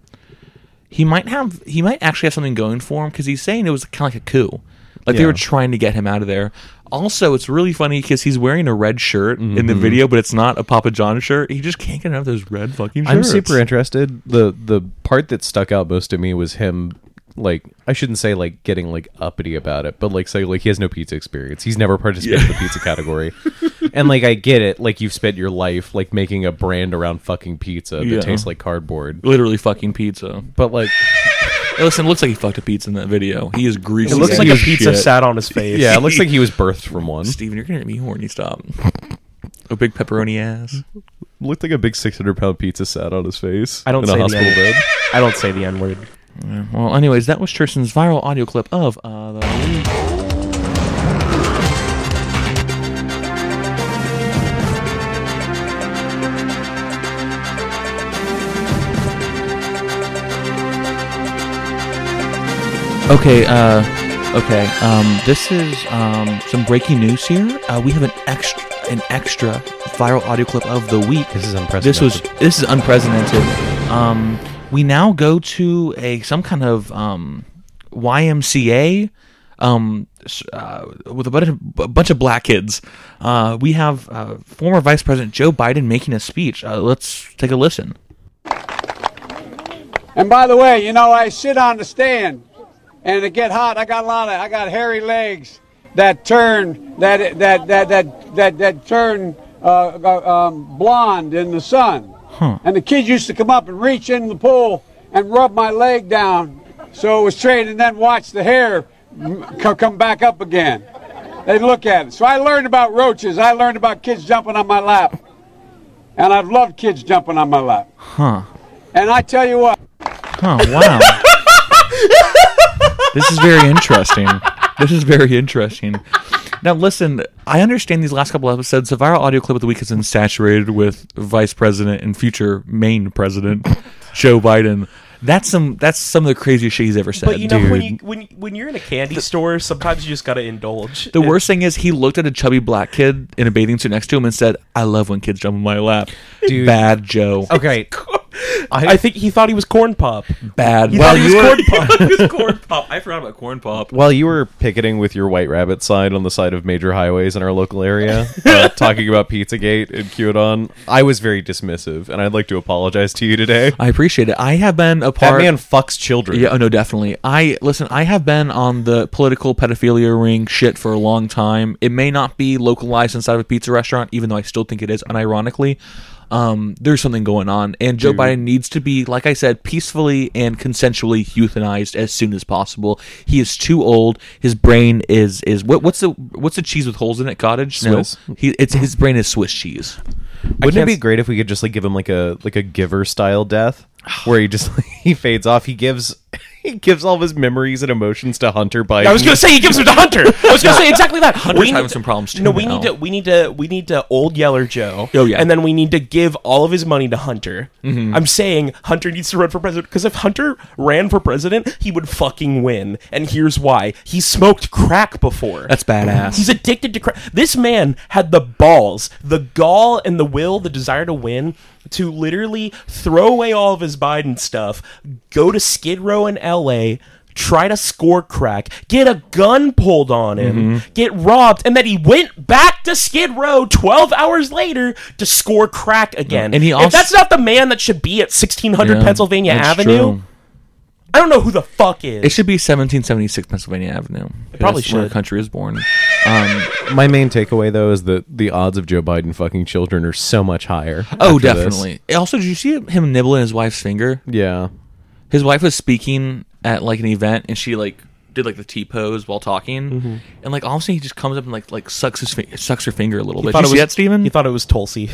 Speaker 1: he might have, he might actually have something going for him because he's saying it was kind of like a coup, like they
Speaker 2: Yeah.
Speaker 1: were trying to get him out of there. Also, it's really funny because he's wearing a red shirt in the video, but it's not a Papa John shirt. He just can't get out of those red fucking shirts.
Speaker 2: I'm super interested. the The part that stuck out most to me was him, like I shouldn't say like getting like uppity about it, but like say like he has no pizza experience. He's never participated in the pizza *laughs* category, and like I get it. Like you've spent your life like making a brand around fucking pizza that
Speaker 1: Yeah.
Speaker 2: tastes like cardboard,
Speaker 1: Literally fucking pizza.
Speaker 2: but like
Speaker 1: Hey, listen, it looks like he fucked a pizza in that video. He is greasy.
Speaker 3: it looks
Speaker 1: as
Speaker 3: like a
Speaker 1: shit.
Speaker 3: pizza sat on his face.
Speaker 2: yeah, it looks like he was birthed from one.
Speaker 1: Steven, you're gonna make me horny. Stop. A big pepperoni ass.
Speaker 2: Looked like a big 600 pound pizza sat on his face.
Speaker 3: I don't
Speaker 2: in a
Speaker 3: say the
Speaker 2: hospital
Speaker 3: N word.
Speaker 2: bed.
Speaker 3: I don't say the N word.
Speaker 1: Well, anyways, that was Tristan's viral audio clip of uh, the week. Okay, uh, okay. Um, this is um, some breaking news here. Uh, we have an extra, an extra viral audio clip of the week.
Speaker 2: This is unprecedented.
Speaker 1: This was this is unprecedented. Um, we now go to a some kind of um, YMCA um, s- uh, with a bunch, of, a bunch of black kids. Uh, we have uh, former Vice President Joe Biden making a speech. Uh, let's take a listen.
Speaker 10: And by the way, you know I sit on the stand, and to get hot, I got a lot of I got hairy legs,
Speaker 11: that turn that that that that that, that turn uh, uh, um, blonde in the sun. And the kids used to come up and reach in the pool and rub my leg down, so it was straight, and then watch the hair m- co- come back up again. They'd look at it. So I learned about roaches. I learned about kids jumping on my lap, and I've loved kids jumping on my lap.
Speaker 1: Huh.
Speaker 11: And I tell you what.
Speaker 1: Huh, Oh, wow. this is very interesting. This is very interesting. Now, listen, I understand these last couple episodes. The viral audio clip of the week has been saturated with Vice President and future Maine President Joe Biden. That's some. That's some of the craziest shit he's ever said.
Speaker 3: But you know
Speaker 1: dude.
Speaker 3: when you when when you're in a candy store, sometimes you just gotta indulge.
Speaker 1: the worst thing is he looked at a chubby black kid in a bathing suit next to him and said, "I love when kids jump on my lap."
Speaker 2: Dude. Oh,
Speaker 1: Bad Joe.
Speaker 2: Okay.
Speaker 3: *laughs* I think he thought he was corn pop.
Speaker 1: Bad.
Speaker 3: *laughs* He
Speaker 1: Well,
Speaker 3: thought he
Speaker 1: you
Speaker 3: was *laughs*
Speaker 1: were-
Speaker 3: corn pop. he was corn pop. I forgot about corn pop.
Speaker 2: While you were picketing with your white rabbit sign on the side of major highways in our local area, uh, talking about Pizzagate and QAnon, I was very dismissive, and I'd like to apologize to you today.
Speaker 1: I appreciate it. I have been a
Speaker 2: That
Speaker 1: part.
Speaker 2: man fucks children.
Speaker 1: Yeah, oh no, definitely. I listen. I have been on the political pedophilia ring shit for a long time. It may not be localized inside of a pizza restaurant, even though I still think it is. Unironically, um, there's something going on, and Joe Biden needs to be, like I said, peacefully and consensually euthanized as soon as possible. He is too old. His brain is is what, what's the what's the cheese with holes in it? Cottage
Speaker 2: Swiss?
Speaker 1: No, he, it's his brain is Swiss cheese.
Speaker 2: Wouldn't it
Speaker 1: can't
Speaker 2: be
Speaker 1: s-
Speaker 2: great if we could just like give him like a like a giver style death where he just *laughs* he fades off. He gives *laughs* he gives all of his memories and emotions to Hunter Biden.
Speaker 3: I was gonna say he gives him to Hunter. I was gonna say exactly that.
Speaker 1: Hunter's
Speaker 3: need
Speaker 1: having
Speaker 3: to-
Speaker 1: some problems too
Speaker 3: No, we
Speaker 1: now.
Speaker 3: need to we need to we need to old Yeller Joe.
Speaker 1: Oh, yeah.
Speaker 3: and then we need to give all of his money to Hunter. I'm saying Hunter needs to run for president because if Hunter ran for president, he would fucking win. And here's why: he smoked crack before.
Speaker 1: That's badass.
Speaker 3: He's addicted to crack. This man had the balls, the gall, and the will, the desire to win, to literally throw away all of his Biden stuff, go to Skid Row in L.A., try to score crack, get a gun pulled on him,
Speaker 1: Mm-hmm.
Speaker 3: get robbed, and then he went back to Skid Row 12 hours later to score crack again.
Speaker 1: And he
Speaker 3: if
Speaker 1: also-
Speaker 3: that's not the man that should be at 1600
Speaker 1: Yeah,
Speaker 3: Pennsylvania
Speaker 1: that's
Speaker 3: Avenue,
Speaker 1: true.
Speaker 3: I don't know who the fuck is.
Speaker 1: It should be 1776 Pennsylvania Avenue. It Where
Speaker 3: probably
Speaker 1: the
Speaker 3: should.
Speaker 1: country is born. Um,
Speaker 2: My main takeaway though is that the odds of Joe Biden fucking children are so much higher.
Speaker 1: oh,
Speaker 2: after this.
Speaker 1: definitely. Also, did you see him nibbling his wife's finger?
Speaker 2: Yeah.
Speaker 1: His wife was speaking at like an event, and she like did like the T pose while talking,
Speaker 2: Mm-hmm.
Speaker 1: and like obviously he just comes up and like like sucks his fi- sucks her finger a little bit. Did you see that, Steven?
Speaker 3: He thought it was Tulsi.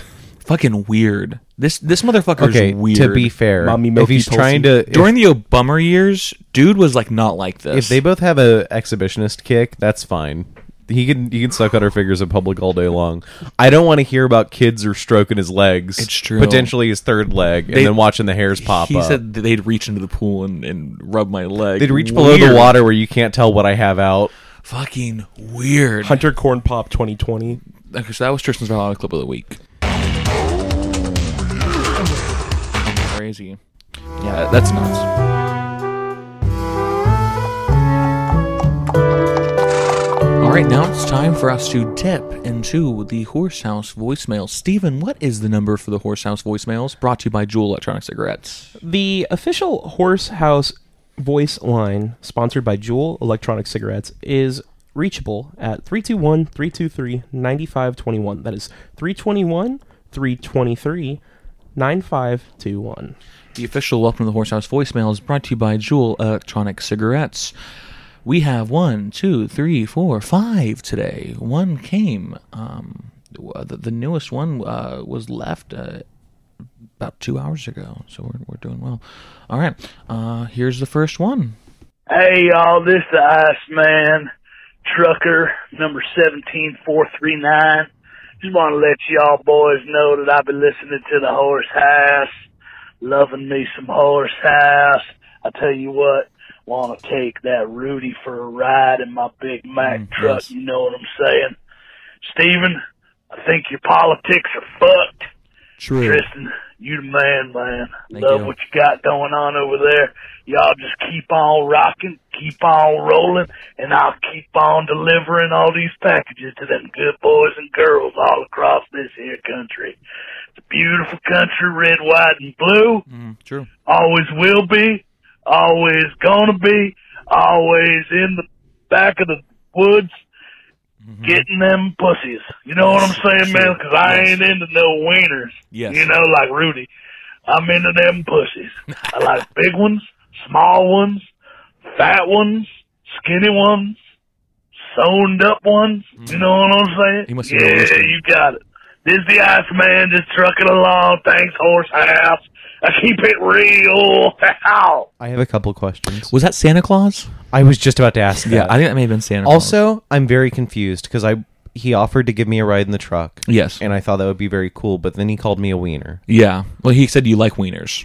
Speaker 1: Fucking weird. This this motherfucker
Speaker 2: Okay.
Speaker 1: is weird.
Speaker 2: To be fair,
Speaker 3: Mommy
Speaker 2: if
Speaker 3: Milky
Speaker 2: he's
Speaker 3: Tulsi.
Speaker 2: trying to if-
Speaker 1: during the Obama years, dude was like not like this.
Speaker 2: If they both have a exhibitionist kick, that's fine. He can he can suck on her fingers in public all day long. I don't want to hear about kids or stroking his legs.
Speaker 1: It's true.
Speaker 2: Potentially his third leg,
Speaker 1: They-
Speaker 2: and then watching the hairs pop
Speaker 1: he
Speaker 2: up.
Speaker 1: said that they'd reach into the pool and, and rub my leg.
Speaker 2: They'd reach below the
Speaker 1: Weird.
Speaker 2: water where you can't tell what I have out.
Speaker 1: Fucking weird.
Speaker 3: Hunter Corn Pop 2020.
Speaker 1: Okay, so that was Tristan's Valhalla clip of the week. Crazy. Yeah, that's nuts. All right, now it's time for us to dip into the Horse House voicemail. Steven, what is the number for the Horse House voicemails? Brought to you by Juul Electronic Cigarettes.
Speaker 3: The official Horse House voice line, sponsored by Juul Electronic Cigarettes, is reachable at 321 323 9521. That is 321 323 9521.
Speaker 1: The official Welcome to the Horse House voicemail is brought to you by Juul Electronic Cigarettes. We have one, two, three, four, five today. One came. Um, w- the, the newest one uh, was left uh, about two hours ago, so we're, we're doing well. All right, uh, here's the first one.
Speaker 12: Hey y'all, this the Iceman Trucker number seventeen four three nine. Just want to let y'all boys know that I've been listening to the Horse House, loving me some Horse House. I tell you what, want to take that Rudy for a ride in my Big Mac
Speaker 1: Mm,
Speaker 12: truck.
Speaker 1: yes.
Speaker 12: You know what I'm saying, Steven? I think your politics are fucked.
Speaker 1: True.
Speaker 12: Tristan, you the man, man.
Speaker 1: Thank
Speaker 12: Love
Speaker 1: you.
Speaker 12: what you got going on over there. Y'all just keep on rocking, keep on rolling, and I'll keep on delivering all these packages to them good boys and girls all across this here country. It's a beautiful country, red, white, and blue.
Speaker 1: Mm, true.
Speaker 12: Always will be, always gonna be, always in the back of the woods
Speaker 13: Getting them pussies. You know what I'm saying, man? Because I ain't into no wieners.
Speaker 1: Yes.
Speaker 13: You know, like Rudy. I'm into them pussies. I like big ones, small ones, fat ones, skinny ones, sewn up ones. You know what I'm saying?
Speaker 1: Mm-hmm. He must be
Speaker 13: yeah,
Speaker 1: listening.
Speaker 13: you got it. This the Ice Man just trucking along. Thanks, Horse House. I keep it real. *laughs*
Speaker 2: I have a couple questions.
Speaker 1: Was that Santa Claus?
Speaker 2: I was just about to ask.
Speaker 1: Yeah,
Speaker 2: that.
Speaker 1: I think that may have been Santa Claus.
Speaker 2: Also, I'm very confused because I he offered to give me a ride in the truck.
Speaker 1: Yes.
Speaker 2: and I thought that would be very cool, but then he called me a wiener.
Speaker 1: Yeah. Well, he said you like wieners.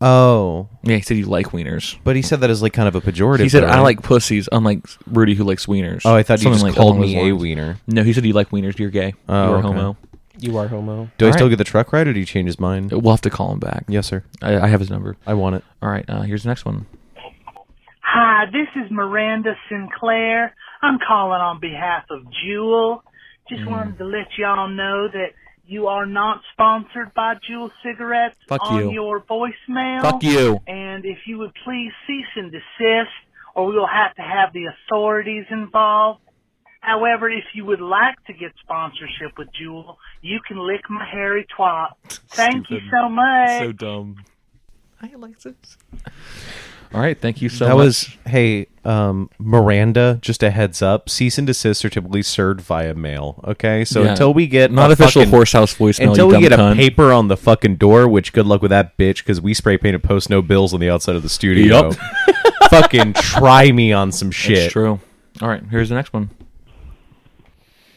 Speaker 2: Oh,
Speaker 1: Yeah, he said you like wieners.
Speaker 2: but he said that as like kind of a pejorative.
Speaker 1: He said
Speaker 2: though,
Speaker 1: I
Speaker 2: right?
Speaker 1: like pussies, unlike Rudy who likes wieners.
Speaker 2: Oh, I thought you
Speaker 1: Something
Speaker 2: just
Speaker 1: like
Speaker 2: called
Speaker 1: along those
Speaker 2: me a
Speaker 1: lines.
Speaker 2: wiener.
Speaker 1: No, he said you like wieners. You're gay.
Speaker 2: Oh,
Speaker 1: You're
Speaker 2: okay.
Speaker 1: homo.
Speaker 14: You are homo.
Speaker 2: Do I
Speaker 1: All
Speaker 2: still
Speaker 1: right. Oh.
Speaker 2: get the truck ride, or do you change his mind?
Speaker 1: We'll have to call him back.
Speaker 2: Yes, sir.
Speaker 1: I, I have his number.
Speaker 2: I want it.
Speaker 1: All right. Uh, here's the next one.
Speaker 12: Hi, this is Miranda Sinclair. I'm calling on behalf of Jewel. Just
Speaker 1: Mm.
Speaker 12: wanted to let y'all know that you are not sponsored by Jewel Cigarettes
Speaker 1: Fuck
Speaker 12: on
Speaker 1: you.
Speaker 12: your voicemail.
Speaker 1: Fuck you.
Speaker 12: And if you would please cease and desist, or we'll have to have the authorities involved. However, if you would like to get sponsorship with Jewel, you can lick my hairy twat.
Speaker 1: *laughs*
Speaker 12: Thank you
Speaker 1: Stupid.
Speaker 12: so much.
Speaker 1: So dumb. I like this. All right. Thank you so
Speaker 2: that
Speaker 1: much.
Speaker 2: was hey um, Miranda. Just a heads up: cease and desist are typically served via mail. Okay, so
Speaker 1: Yeah.
Speaker 2: until we get
Speaker 1: Not
Speaker 2: a
Speaker 1: official
Speaker 2: fucking-
Speaker 1: Horse House voicemail, you
Speaker 2: until we
Speaker 1: dumb
Speaker 2: get a
Speaker 1: cunt.
Speaker 2: paper on the fucking door. Which good luck with that bitch because we spray painted post no bills on the outside of the studio.
Speaker 1: Yup.
Speaker 2: *laughs* fucking try me on some shit.
Speaker 1: It's true. All right. Here's the next one.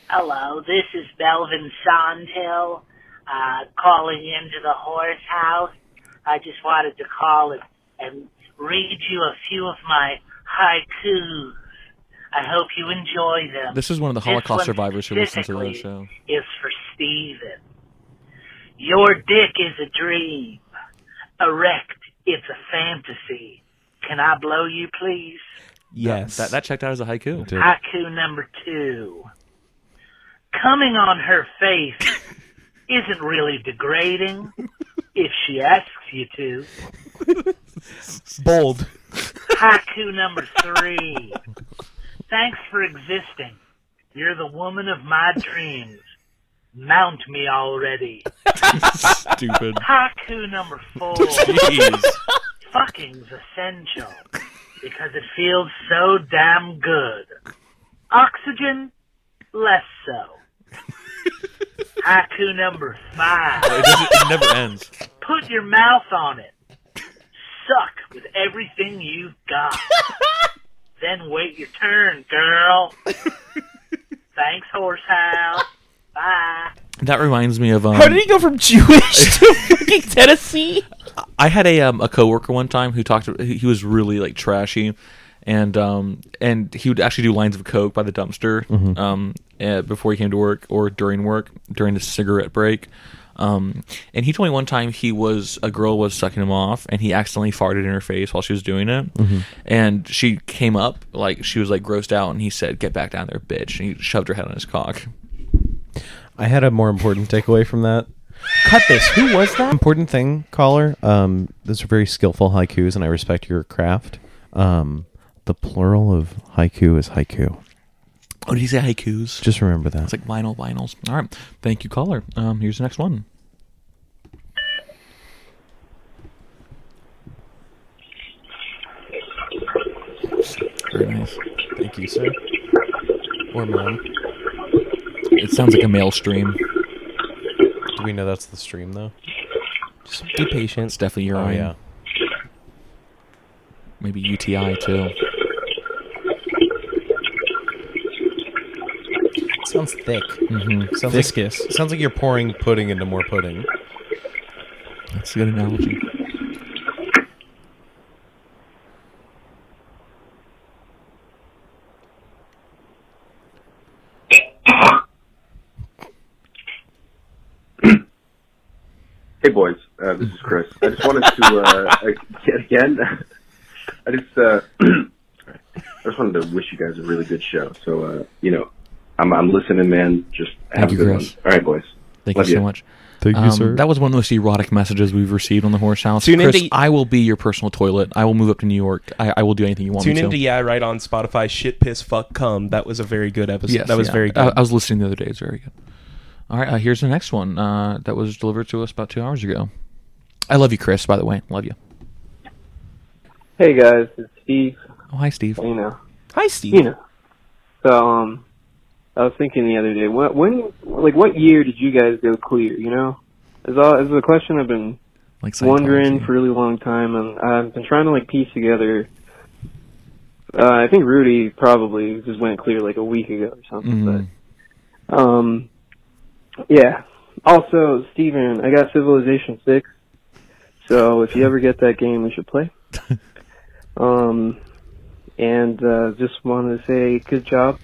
Speaker 12: Hello, this is Belvin Sondhill, uh, calling into the horse house. I just wanted to call and, and read you a few of my haikus. I hope you enjoy them.
Speaker 1: This is one of the
Speaker 12: This
Speaker 1: Holocaust
Speaker 12: one
Speaker 1: survivors who listens to the
Speaker 12: specifically
Speaker 1: show.
Speaker 12: is for Steven. Your dick is a dream. Erect, it's a fantasy. Can I blow you, please?
Speaker 1: Yes. *laughs* That, that checked out as a haiku.
Speaker 12: Haiku number two. Coming on her face isn't really degrading if she asks you to.
Speaker 14: Bold.
Speaker 12: Haiku number three. Thanks for existing. You're the woman of my dreams. Mount me already.
Speaker 1: Stupid.
Speaker 12: Haiku number
Speaker 1: *laughs*
Speaker 12: four.
Speaker 1: Jeez.
Speaker 12: Fucking's essential because it feels so damn good. Oxygen, less so. Haiku number five.
Speaker 1: It, doesn't- it never ends.
Speaker 12: Put your mouth on it. Suck with everything you've got. then wait your turn, girl. Thanks, horsehouse. Bye.
Speaker 1: That reminds me of um,
Speaker 3: How did he go from Jewish *laughs* to fucking Tennessee?
Speaker 1: I had a um, a coworker one time who talked. He he was really like trashy, and um and he would actually do lines of coke by the dumpster um eh, before he came to work or during work during his cigarette break. Um, and he told me one time he was a girl was sucking him off, and he accidentally farted in her face while she was doing it, and she came up like she was like grossed out, and he said, "Get back down there, bitch!" and he shoved her head on his cock.
Speaker 2: I had a more important takeaway from that. Cut this. Who was that? Important thing, caller. Um, those are very skillful haikus, and I respect your craft. Um, the plural of haiku is haiku.
Speaker 1: Oh, did he say haikus?
Speaker 2: Just remember that.
Speaker 1: It's like vinyl, vinyls. All right, thank you, caller. Um, here's the next one. Very nice.
Speaker 2: Thank you, sir. Or ma'am.
Speaker 1: It sounds like a mail stream.
Speaker 2: Do we know that's the stream though? Oh,
Speaker 3: Just be patient.
Speaker 1: It's definitely
Speaker 15: Oh,
Speaker 1: urine.
Speaker 2: yeah.
Speaker 1: Maybe UTI too.
Speaker 3: Sounds thick.
Speaker 1: Mm-hmm.
Speaker 2: Sounds
Speaker 3: Viscous.
Speaker 2: Like, sounds like you're pouring pudding into more pudding.
Speaker 1: That's a good analogy.
Speaker 15: Hey boys, uh, this is Chris. I just wanted to uh, ag- again. *laughs* I just uh, *clears throat* I just wanted to wish you guys a really good show. So uh, you know, I'm I'm listening, man. Just have
Speaker 1: Thank you,
Speaker 15: a good
Speaker 1: Chris.
Speaker 15: one. All right, boys.
Speaker 1: Thank
Speaker 16: Love
Speaker 1: you so
Speaker 16: you.
Speaker 1: much.
Speaker 16: Thank you, sir.
Speaker 1: Um, That was one of the most erotic messages we've received on the Horse House.
Speaker 3: Tune
Speaker 1: Chris,
Speaker 3: into-
Speaker 1: I will be your personal toilet. I will move up to New York. I, I will do anything you want
Speaker 3: Tune
Speaker 1: me to.
Speaker 3: into Yeah Right on Spotify. Shit, piss, fuck, come. That was a very good episode.
Speaker 1: Yes,
Speaker 3: that was
Speaker 1: yeah. Uh,
Speaker 3: very good.
Speaker 1: I, I was listening the other day. It's very good. All right, uh, here's the next one uh, that was delivered to us about two hours ago. I love you, Chris. By the way, love you.
Speaker 17: Hey guys, it's Steve.
Speaker 1: Oh, hi, Steve.
Speaker 17: You know.
Speaker 3: Hi, Steve.
Speaker 17: You know. So, um, I was thinking the other day, what, when, like, what year did you guys go clear? You know, is all is a question I've been
Speaker 1: Like Scientology.
Speaker 17: wondering for a really long time, and I've been trying to like piece together. Uh, I think Rudy probably just went clear like a week ago or something.
Speaker 1: Mhm.
Speaker 17: Um, yeah. Also, Steven, I got Civilization Six, so if you ever get that game, we should
Speaker 1: *laughs*
Speaker 17: play. um, and uh, just wanted to say, good job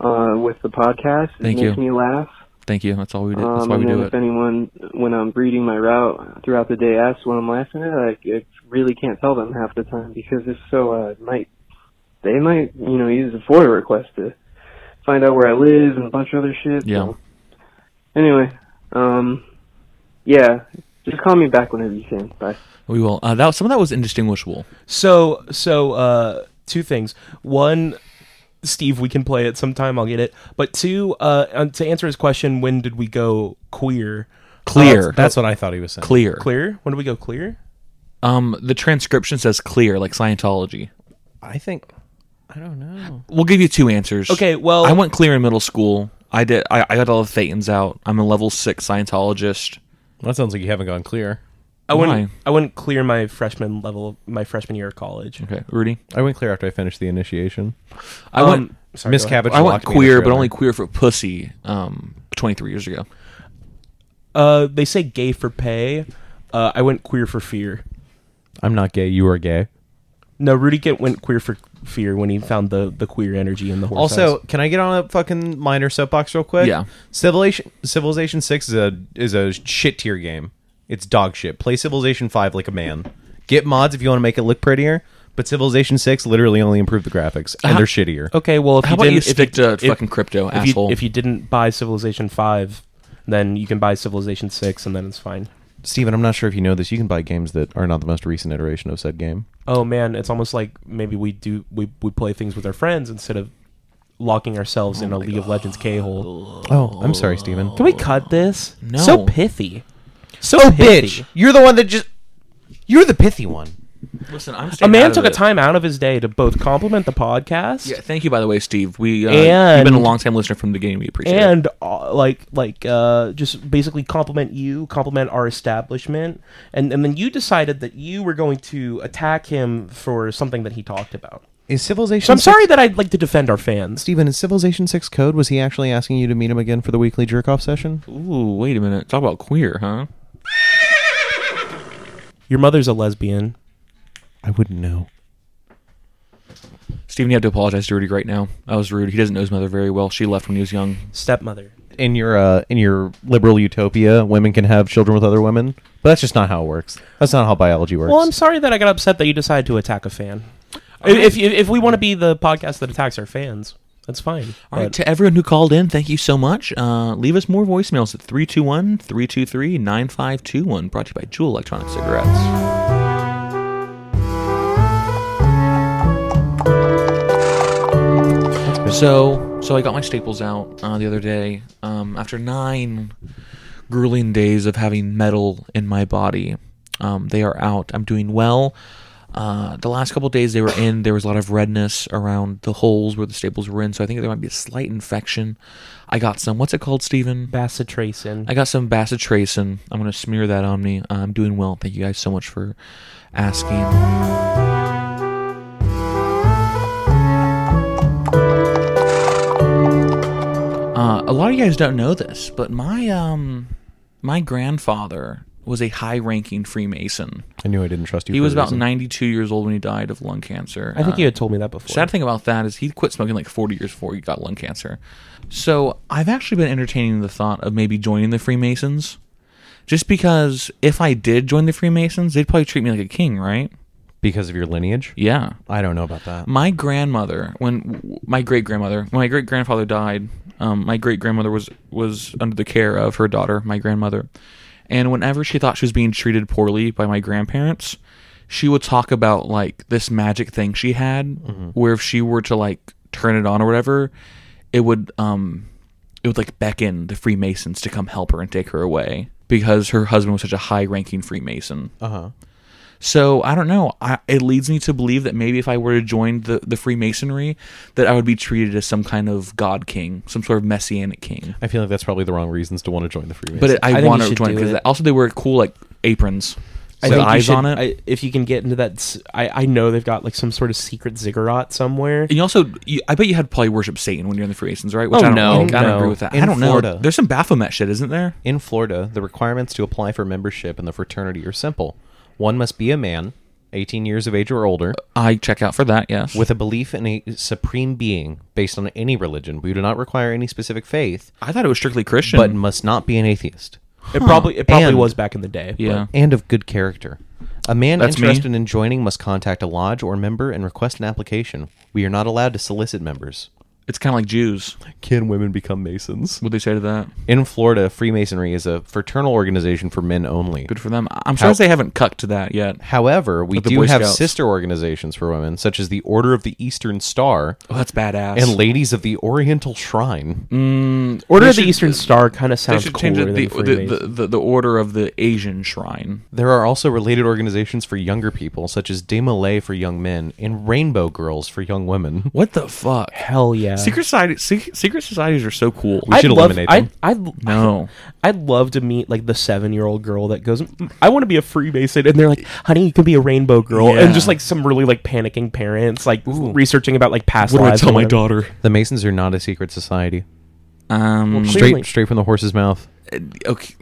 Speaker 17: uh, with the podcast. It
Speaker 1: Thank
Speaker 17: makes
Speaker 1: you.
Speaker 17: me laugh.
Speaker 1: Thank you. That's all we did. That's
Speaker 17: um,
Speaker 1: why we
Speaker 17: and then
Speaker 1: do
Speaker 17: if
Speaker 1: it.
Speaker 17: anyone, when I'm reading my route throughout the day, asks what I'm laughing at, I, I really can't tell them half the time because it's so uh, it might they might you know use a FOIA request to find out where I live and a bunch of other shit.
Speaker 1: Yeah.
Speaker 17: So, anyway, um, yeah, just call me back whenever you can. Bye.
Speaker 1: We will. Uh, that some of that was indistinguishable.
Speaker 3: So so uh two things. One Steve, we can play it sometime. I'll get it. But two, uh, um, to answer his question, when did we go queer?
Speaker 1: Clear.
Speaker 3: Uh,
Speaker 1: That's what I thought he was saying. Clear.
Speaker 3: Clear. When did we go clear?
Speaker 1: Um, the transcription says clear, like Scientology.
Speaker 2: I think I don't know.
Speaker 1: We'll give you two answers.
Speaker 3: Okay, well-
Speaker 1: I went clear in middle school. I did. I, I got all the Thetans out. I'm a level six Scientologist.
Speaker 2: That sounds like you haven't gone clear.
Speaker 3: I
Speaker 1: Why?
Speaker 3: wouldn't. I wouldn't clear my freshman level, my freshman year of college.
Speaker 1: Okay, Rudy.
Speaker 2: I went clear after I finished the initiation.
Speaker 1: I went
Speaker 3: Um,
Speaker 2: Miss Cabbage.
Speaker 1: I went
Speaker 2: locked me in the
Speaker 1: queer, but
Speaker 2: trailer.
Speaker 1: only queer for pussy. Um, 23 years ago.
Speaker 3: Uh, they say gay for pay. Uh, I went queer for fear.
Speaker 2: I'm not gay. You are gay.
Speaker 3: No, Rudy get, went queer for fear when he found the, the queer energy in the horse.
Speaker 2: Also,
Speaker 3: house.
Speaker 2: can I get on a fucking minor soapbox real quick?
Speaker 3: Yeah.
Speaker 2: Civilization Civilization Six is a is a shit tier game. It's dog shit. Play Civilization Five like a man. Get mods if you want to make it look prettier. But Civilization Six literally only improved the graphics, and
Speaker 3: How-
Speaker 2: they're shittier.
Speaker 3: Okay, well, if
Speaker 1: How
Speaker 3: you
Speaker 1: about
Speaker 3: didn't,
Speaker 1: you
Speaker 3: if
Speaker 1: stick to
Speaker 3: if-
Speaker 1: fucking crypto,
Speaker 3: if
Speaker 1: asshole?
Speaker 3: You, if you didn't buy Civilization Five, then you can buy Civilization Six, and then it's fine.
Speaker 2: Steven, I'm not sure if you know this. You can buy games that are not the most recent iteration of said game.
Speaker 3: Oh man, it's almost like maybe we do we we play things with our friends instead of locking ourselves
Speaker 1: Oh
Speaker 3: in a League of Legends K hole.
Speaker 2: Oh, I'm sorry, Steven.
Speaker 3: Can we cut this?
Speaker 2: No.
Speaker 3: So pithy. So
Speaker 2: oh,
Speaker 3: pithy.
Speaker 2: bitch! You're the one that just. You're the pithy one.
Speaker 1: Listen, I'm
Speaker 3: A man took a time out of his day to both compliment the podcast
Speaker 1: Yeah, thank you by the way, Steve. We uh,
Speaker 3: And-
Speaker 1: you've been a long time listener from the beginning. We appreciate it.
Speaker 3: and uh, like like uh, just basically compliment you, compliment our establishment, and and then you decided that you were going to attack him for something that he talked about.
Speaker 2: Is Civilization?
Speaker 3: So I'm sorry that I'd like to defend our fans.
Speaker 2: Steven, is Civilization Six code? Was he actually asking you to meet him again for the weekly jerk off session?
Speaker 1: Ooh, wait a minute. Talk about queer, huh?
Speaker 3: Your mother's a lesbian.
Speaker 2: I wouldn't know.
Speaker 1: Steven, you have to apologize to Rudy right now. I was rude. He doesn't know his mother very well. She left when he was young.
Speaker 3: Stepmother.
Speaker 2: In your uh, in your liberal utopia, women can have children with other women, but that's just not how it works. That's not how biology works.
Speaker 3: Well, I'm sorry that I got upset that you decided to attack a fan. If, if if we want to be the podcast that attacks our fans, that's fine.
Speaker 1: All right,
Speaker 3: But-
Speaker 1: to everyone who called in, thank you so much. Uh, leave us more voicemails at 321 323 9521, brought to you by Juul Electronic Cigarettes. So, so I got my staples out uh, the other day um, after nine grueling days of having metal in my body. Um, they are out. I'm doing well. Uh, the last couple days they were in, there was a lot of redness around the holes where the staples were in, so I think there might be a slight infection. I got some. What's it called, Steven?
Speaker 3: Bacitracin.
Speaker 1: I got some bacitracin. I'm gonna smear that on me. Uh, I'm doing well. Thank you guys so much for asking. Uh, a lot of you guys don't know this, but my um my grandfather was a high-ranking Freemason.
Speaker 2: I knew I didn't trust you.
Speaker 1: He
Speaker 2: for
Speaker 1: was
Speaker 2: a
Speaker 1: about
Speaker 2: reason.
Speaker 1: 92 years old when he died of lung cancer.
Speaker 3: I think you had told me that before.
Speaker 1: Sad thing about that is he quit smoking like 40 years before he got lung cancer. So I've actually been entertaining the thought of maybe joining the Freemasons, just because if I did join the Freemasons, they'd probably treat me like a king, right?
Speaker 2: because of your lineage?
Speaker 1: Yeah.
Speaker 2: I don't know about that.
Speaker 1: My grandmother, when my great grandmother, when my great grandfather died, um, my great grandmother was was under the care of her daughter, my grandmother, and whenever she thought she was being treated poorly by my grandparents, she would talk about like this magic thing she had, where if she were to like turn it on or whatever, it would um, it would like beckon the Freemasons to come help her and take her away because her husband was such a high-ranking Freemason.
Speaker 2: Uh huh.
Speaker 1: So I don't know. I, it leads me to believe that maybe if I were to join the, the Freemasonry, that I would be treated as some kind of god king, some sort of messianic king.
Speaker 2: I feel like that's probably the wrong reasons to want to join the Freemasons.
Speaker 1: But it, I, want to join because also they wear cool like aprons
Speaker 3: I
Speaker 1: with
Speaker 3: think you
Speaker 1: eyes
Speaker 3: should-
Speaker 1: on it.
Speaker 3: I, if you can get into that, s- I, I know they've got like some sort of secret ziggurat somewhere.
Speaker 1: and you also, you, I bet you had probably worship Satan when you're in the Freemasons, right?
Speaker 3: Oh,
Speaker 1: I don't
Speaker 3: no,
Speaker 1: like. I don't
Speaker 3: no.
Speaker 1: agree with that.
Speaker 3: In
Speaker 1: I don't
Speaker 3: Florida.
Speaker 1: know. There's some Baphomet shit, isn't there?
Speaker 2: In Florida, the requirements to apply for membership in the fraternity are simple. One must be a man, 18 years of age or older.
Speaker 1: I check out for that, yes.
Speaker 2: With a belief in a supreme being based on any religion. We do not require any specific faith.
Speaker 1: I thought it was strictly Christian.
Speaker 2: But must not be an atheist.
Speaker 3: It Huh. probably- it probably was back in the day, Yeah.
Speaker 2: but- and of good character. A man
Speaker 3: That's me.
Speaker 2: interested in joining must contact a lodge or member and request an application. We are not allowed to solicit members.
Speaker 1: It's kind of like Jews.
Speaker 2: Can women become Masons?
Speaker 1: What do they say to that?
Speaker 2: In Florida, Freemasonry is a fraternal organization for men only.
Speaker 1: Good for them. I'm surprised they haven't cucked to that yet.
Speaker 2: However, we
Speaker 1: With the
Speaker 2: do
Speaker 1: Boy
Speaker 2: have
Speaker 1: Scouts.
Speaker 2: sister organizations for women, such as the Order of the Eastern Star.
Speaker 1: Oh, that's badass.
Speaker 2: And Ladies of the Oriental Shrine.
Speaker 1: Mm,
Speaker 3: Order
Speaker 1: they
Speaker 3: of the Eastern Star kinda sounds
Speaker 1: They should change
Speaker 3: cooler
Speaker 1: it the,
Speaker 3: than
Speaker 1: the, the,
Speaker 3: Freemason.
Speaker 1: the, the order of the Asian shrine.
Speaker 2: There are also related organizations for younger people, such as Demolay for young men and Rainbow Girls for young women.
Speaker 1: What the fuck?
Speaker 3: Hell yeah!
Speaker 1: Secret society, secret, secret societies are so cool.
Speaker 2: We should eliminate
Speaker 3: love,
Speaker 2: them.
Speaker 3: I, would
Speaker 1: No.
Speaker 3: I'd love to meet like the seven-year-old girl that goes, "Mm, "I want to be a Freemason," and they're like, "Honey, you can be a rainbow girl,"
Speaker 1: Yeah.
Speaker 3: and just like some really like panicking parents, like researching about like past. lives and whatever.
Speaker 2: The Masons are not a secret society.
Speaker 1: Um,
Speaker 3: Well, clearly-
Speaker 2: straight, straight from the horse's mouth.
Speaker 1: Okay.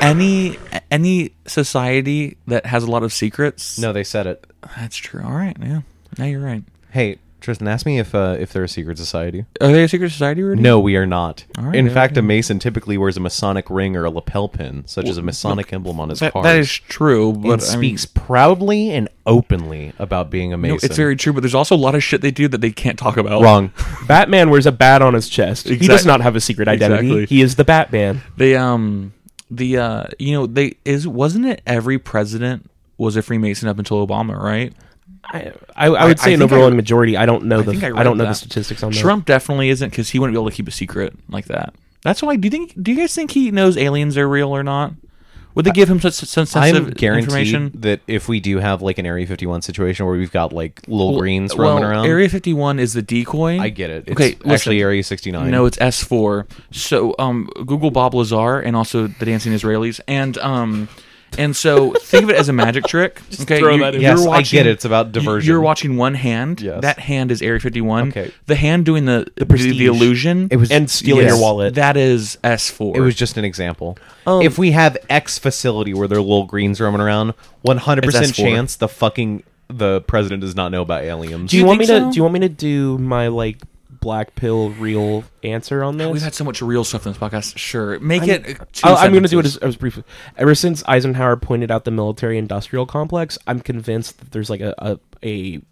Speaker 1: Any any society that has a lot of secrets.
Speaker 2: No, they said it.
Speaker 1: That's true. All right, yeah. Now you're right.
Speaker 2: Hey, Tristan, ask me if uh, if they're a secret society.
Speaker 1: Are they a secret society? Rudy?
Speaker 2: No, we are not.
Speaker 1: Mm. All right,
Speaker 2: In
Speaker 1: yeah,
Speaker 2: fact, a
Speaker 1: yeah.
Speaker 2: Mason typically wears a Masonic ring or a lapel pin, such as a Masonic emblem on his
Speaker 1: that-
Speaker 2: card.
Speaker 1: that is true, but,
Speaker 2: and
Speaker 1: I
Speaker 2: speaks proudly and openly about being a
Speaker 1: No,
Speaker 2: Mason.
Speaker 1: it's very true, but there's also a lot of shit they do that they can't talk about.
Speaker 3: *laughs*
Speaker 2: Wrong.
Speaker 3: Batman wears a bat on his chest. He does
Speaker 1: Exact-
Speaker 3: not have a secret identity.
Speaker 1: Exactly.
Speaker 3: He is the Batman.
Speaker 1: They um the uh you know they is wasn't it every president was a Freemason up until Obama, right?
Speaker 3: I I, I would say an
Speaker 1: think
Speaker 3: overwhelming majority. I don't know the
Speaker 1: think
Speaker 3: I,
Speaker 1: read
Speaker 3: don't know the
Speaker 1: that.
Speaker 3: statistics on that.
Speaker 1: Trump definitely isn't because he wouldn't be able to keep a secret like that. That's why. Do you think? Do you guys think he knows aliens are real or not? Would they give him such such
Speaker 2: I'm
Speaker 1: sensitive
Speaker 2: guaranteed
Speaker 1: information?
Speaker 2: that if we do have like an Area 51 situation where we've got like little
Speaker 1: Well-
Speaker 2: greens
Speaker 1: well,
Speaker 2: roaming around,
Speaker 1: Area 51 is the decoy.
Speaker 2: I get it. It's
Speaker 1: okay, listen.
Speaker 2: actually Area 69.
Speaker 1: No, it's S4. So um, Google Bob Lazar and also the Dancing Israelis and um. And so, think of it as a magic
Speaker 2: *laughs*
Speaker 1: trick. okay,
Speaker 2: throw that in. Yes, I get it. It's about
Speaker 1: you-
Speaker 2: diversion.
Speaker 1: You're watching one hand.
Speaker 2: Yes.
Speaker 1: That hand is Area 51.
Speaker 2: Okay.
Speaker 1: The hand doing the the, the
Speaker 2: prestige.
Speaker 1: illusion.
Speaker 2: It was- And stealing your
Speaker 1: yes,
Speaker 2: wallet.
Speaker 1: That is S4.
Speaker 2: It was just an example.
Speaker 3: Um,
Speaker 2: if we have X facility where there are little greens roaming around, 100%
Speaker 1: It's S4.
Speaker 2: chance the fucking the president does not know about aliens.
Speaker 3: Do you, want me to? Do you want me to do my like black pill real answer on this?
Speaker 1: We've had so much real stuff in this podcast. Sure, make
Speaker 3: I'm-
Speaker 1: it. Two
Speaker 3: I'll- I'm going to do it as,
Speaker 1: sentences.
Speaker 3: as briefly. Ever since Eisenhower pointed out the military-industrial complex, I'm convinced that there's like a a, a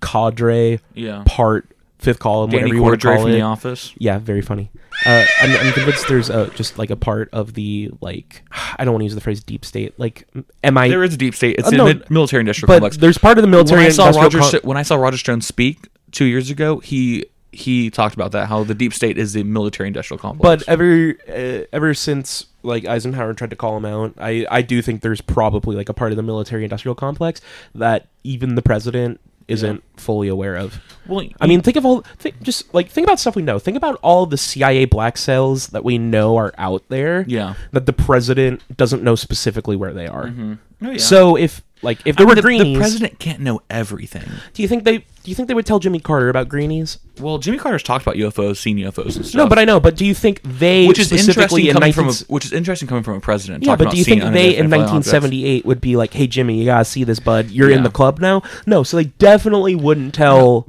Speaker 3: cadre
Speaker 1: Yeah.
Speaker 3: part fifth column,
Speaker 1: Danny
Speaker 3: whatever you want to
Speaker 1: Cordray
Speaker 3: call
Speaker 1: from
Speaker 3: it.
Speaker 1: The Office.
Speaker 3: Yeah, very funny. Uh, I'm, I'm convinced there's a, just like a part of the like *sighs* I don't want to use the phrase deep state. Like, am I?
Speaker 1: There is a deep state. It's
Speaker 3: Uh,
Speaker 1: in
Speaker 3: no,
Speaker 1: the military industrial
Speaker 3: but
Speaker 1: complex.
Speaker 3: There's part of the military.
Speaker 1: When I saw
Speaker 3: industrial
Speaker 1: Roger,
Speaker 3: com-
Speaker 1: Sto- when I saw Roger Stone speak two years ago, he he talked about that how the deep state is the military industrial complex.
Speaker 3: But ever uh, ever since like Eisenhower tried to call him out, I I do think there's probably like a part of the military industrial complex that even the president isn't fully aware of.
Speaker 1: Well,
Speaker 3: I mean, think of all thi- just like think about stuff we know. Think about all the CIA black cells that we know are out there.
Speaker 1: Yeah.
Speaker 3: that the president doesn't know specifically where they are.
Speaker 1: Mhm. Oh, yeah.
Speaker 3: So if like if
Speaker 1: I
Speaker 3: there
Speaker 1: mean,
Speaker 3: were
Speaker 1: the-
Speaker 3: greenies,
Speaker 1: the president can't know everything.
Speaker 3: do you think they do you think they would tell Jimmy Carter about greenies?
Speaker 1: Well, Jimmy Carter's talked about UFOs, seen UFOs and stuff.
Speaker 3: No, but I know. But do you think they
Speaker 1: which is
Speaker 3: specifically
Speaker 1: interesting coming
Speaker 3: in 19-
Speaker 1: from a, which is interesting coming from a president.
Speaker 3: Yeah,
Speaker 1: talking
Speaker 3: but
Speaker 1: about
Speaker 3: do you
Speaker 1: seeing
Speaker 3: think they in
Speaker 1: unidentified flying objects.
Speaker 3: 1978 would be like, "Hey Jimmy, you gotta see this, bud. You're in
Speaker 1: Yeah.
Speaker 3: the club now"? No, so they definitely wouldn't tell.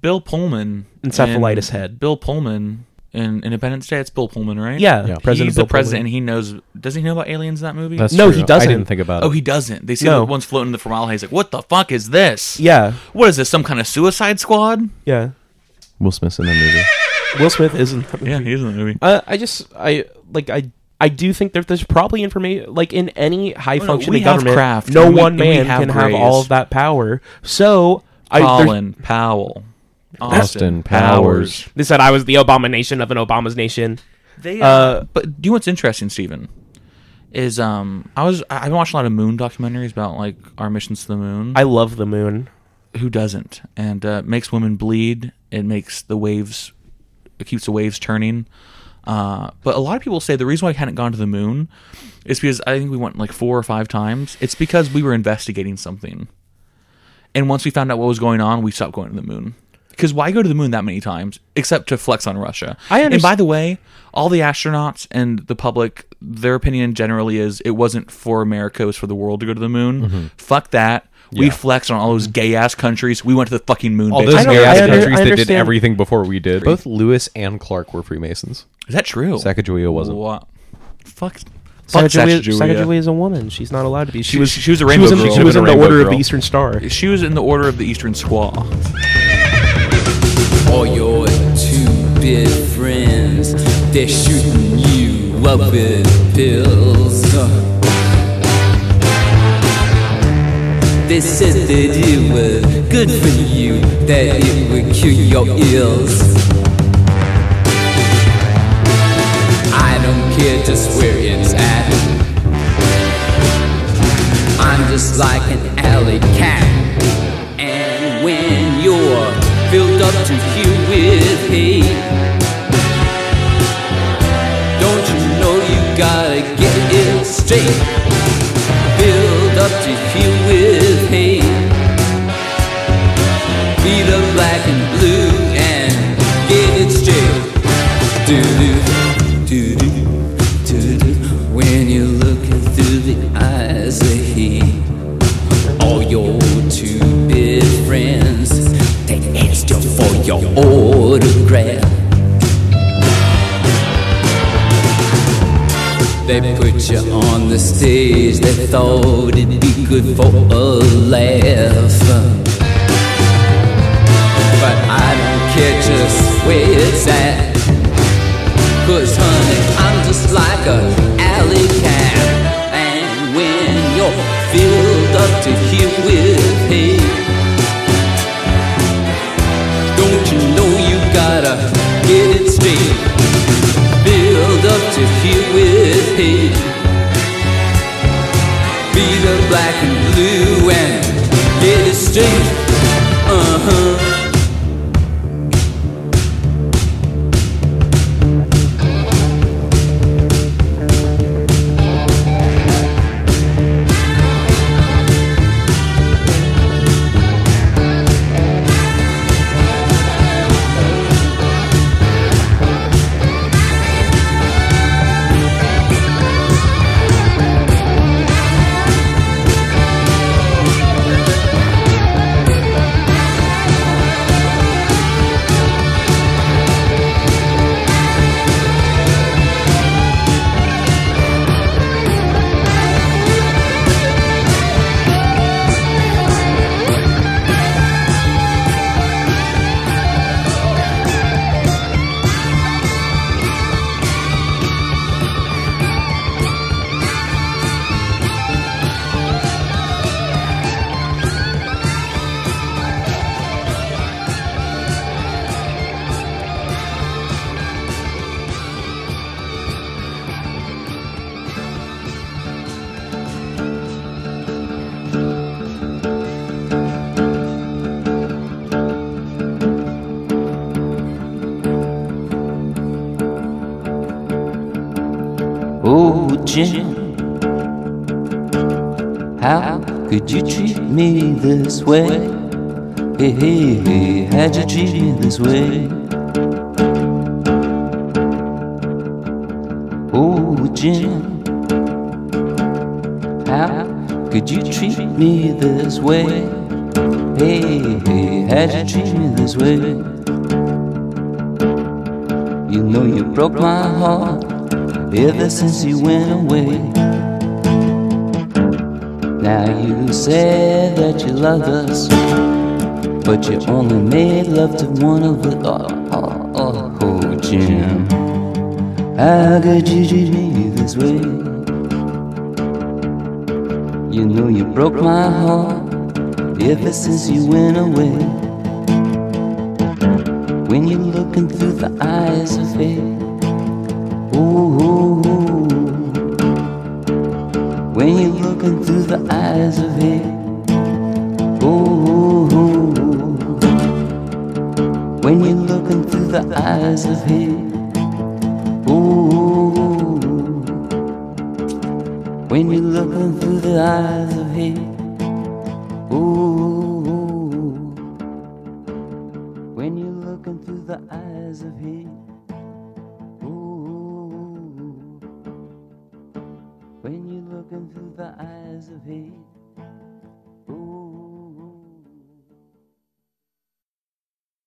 Speaker 1: Bill Pullman
Speaker 3: Encephalitis head.
Speaker 1: Bill Pullman in Independence Day. It's Bill Pullman, right?
Speaker 3: Yeah, Yeah. President
Speaker 1: he's the
Speaker 3: Bill
Speaker 1: president.
Speaker 3: Pullman.
Speaker 1: And he knows. Does he know about aliens in that movie?
Speaker 3: That's No, true. he I doesn't. didn't think about
Speaker 1: Oh,
Speaker 3: it.
Speaker 1: he doesn't. They see
Speaker 3: No.
Speaker 1: the ones floating in the formaldehyde. He's like, "What the fuck is this?
Speaker 3: Yeah.
Speaker 1: what is this? Some kind of Suicide Squad?"
Speaker 3: Yeah.
Speaker 2: Will Smith's in the movie.
Speaker 3: Will Smith isn't.
Speaker 1: Yeah, he is in the movie.
Speaker 3: Uh, I just I like I I do think that there's probably information like in any high
Speaker 1: no, we
Speaker 3: functioning
Speaker 1: have
Speaker 3: government,
Speaker 1: craft,
Speaker 3: no
Speaker 1: and we-
Speaker 3: one
Speaker 1: and we
Speaker 3: man
Speaker 1: have
Speaker 3: can have all
Speaker 1: grays.
Speaker 3: of that power. So I there's-
Speaker 1: Colin Powell,
Speaker 3: That's-
Speaker 1: Austin Powers.
Speaker 3: They said I was the abomination of an Obama's nation.
Speaker 1: They, uh,
Speaker 3: uh,
Speaker 1: but do you know what's interesting, Stephen? Is um, I was I- I've been watching a lot of moon documentaries about like our missions to the moon.
Speaker 3: I love the moon.
Speaker 1: Who doesn't? And uh, it makes women bleed. It makes the waves. It keeps the waves turning. Uh, but a lot of people say the reason why we hadn't gone to the moon is because I think we went like four or five times. It's because we were investigating something, and once we found out what was going on, we stopped going to the moon. Because why go to the moon that many times except to flex on Russia?
Speaker 3: I
Speaker 1: And
Speaker 3: underst-
Speaker 1: by the way, all the astronauts and the public, their opinion generally is it wasn't for America, it was for the world to go to the moon.
Speaker 2: Mhm.
Speaker 1: Fuck that. We
Speaker 2: Yeah. Mm-hmm.
Speaker 1: flexed on all those gay ass countries. We went to the fucking moon.
Speaker 2: All
Speaker 1: bitch.
Speaker 2: those gay ass countries that did everything before we did. Both Lewis and Clark were Freemasons.
Speaker 1: Is that true?
Speaker 2: Sacagawea wasn't.
Speaker 1: What? Fuck. Fuck
Speaker 3: Sacagawea,
Speaker 1: Sacagawea.
Speaker 3: Sacagawea is a woman. She's not allowed to be. She, was.
Speaker 1: she was a rainbow
Speaker 3: She was in,
Speaker 1: girl.
Speaker 3: she was in the
Speaker 1: Rainbow
Speaker 3: Order of
Speaker 1: girl.
Speaker 3: the Eastern Star.
Speaker 1: She was in the order of the Eastern Squaw.
Speaker 12: All your two big friends, they're shooting you up with pills. They said that it was good for you, that it would cure your ills. I don't care just where it's at. I'm just like an alley cat. And when you're filled up to here with hate, don't you know you gotta get it straight? Filled up to here with hate. Be the black and blue and get it straight. Do do do do do. When you're looking through the eyes of hate. All your two bit friends, they asked you for your autograph. They put you on the stage, they thought it'd be good for a laugh. But I don't care just where it's at. Cause honey, I'm just like a alley cat. And when you're filled up to here with hate, don't you know you gotta get it straight? Filled up to here with hate. Be the black and blue and get it straight. Uh huh. Oh, Jim, how could you treat me this way? Hey, hey, hey, how'd you treat me this way? Oh, Jim, how could you treat me this way? Hey, hey, how'd you treat me this way? You know you broke my heart ever since you went away. Now you say that you love us, but you only made love to one of us. Oh, oh, oh, oh, Jim. How could you treat me this way? You know you broke my heart ever since you went away. When you're looking through the eyes of faith, ooh, ooh, ooh. when you're looking through the eyes of faith, ooh, ooh, ooh. when you're looking through the eyes of faith, ooh, ooh, ooh. when you're looking through the eyes of faith, ooh. When you're looking through the eyes of hate, ooh. When you're looking through the eyes of hate.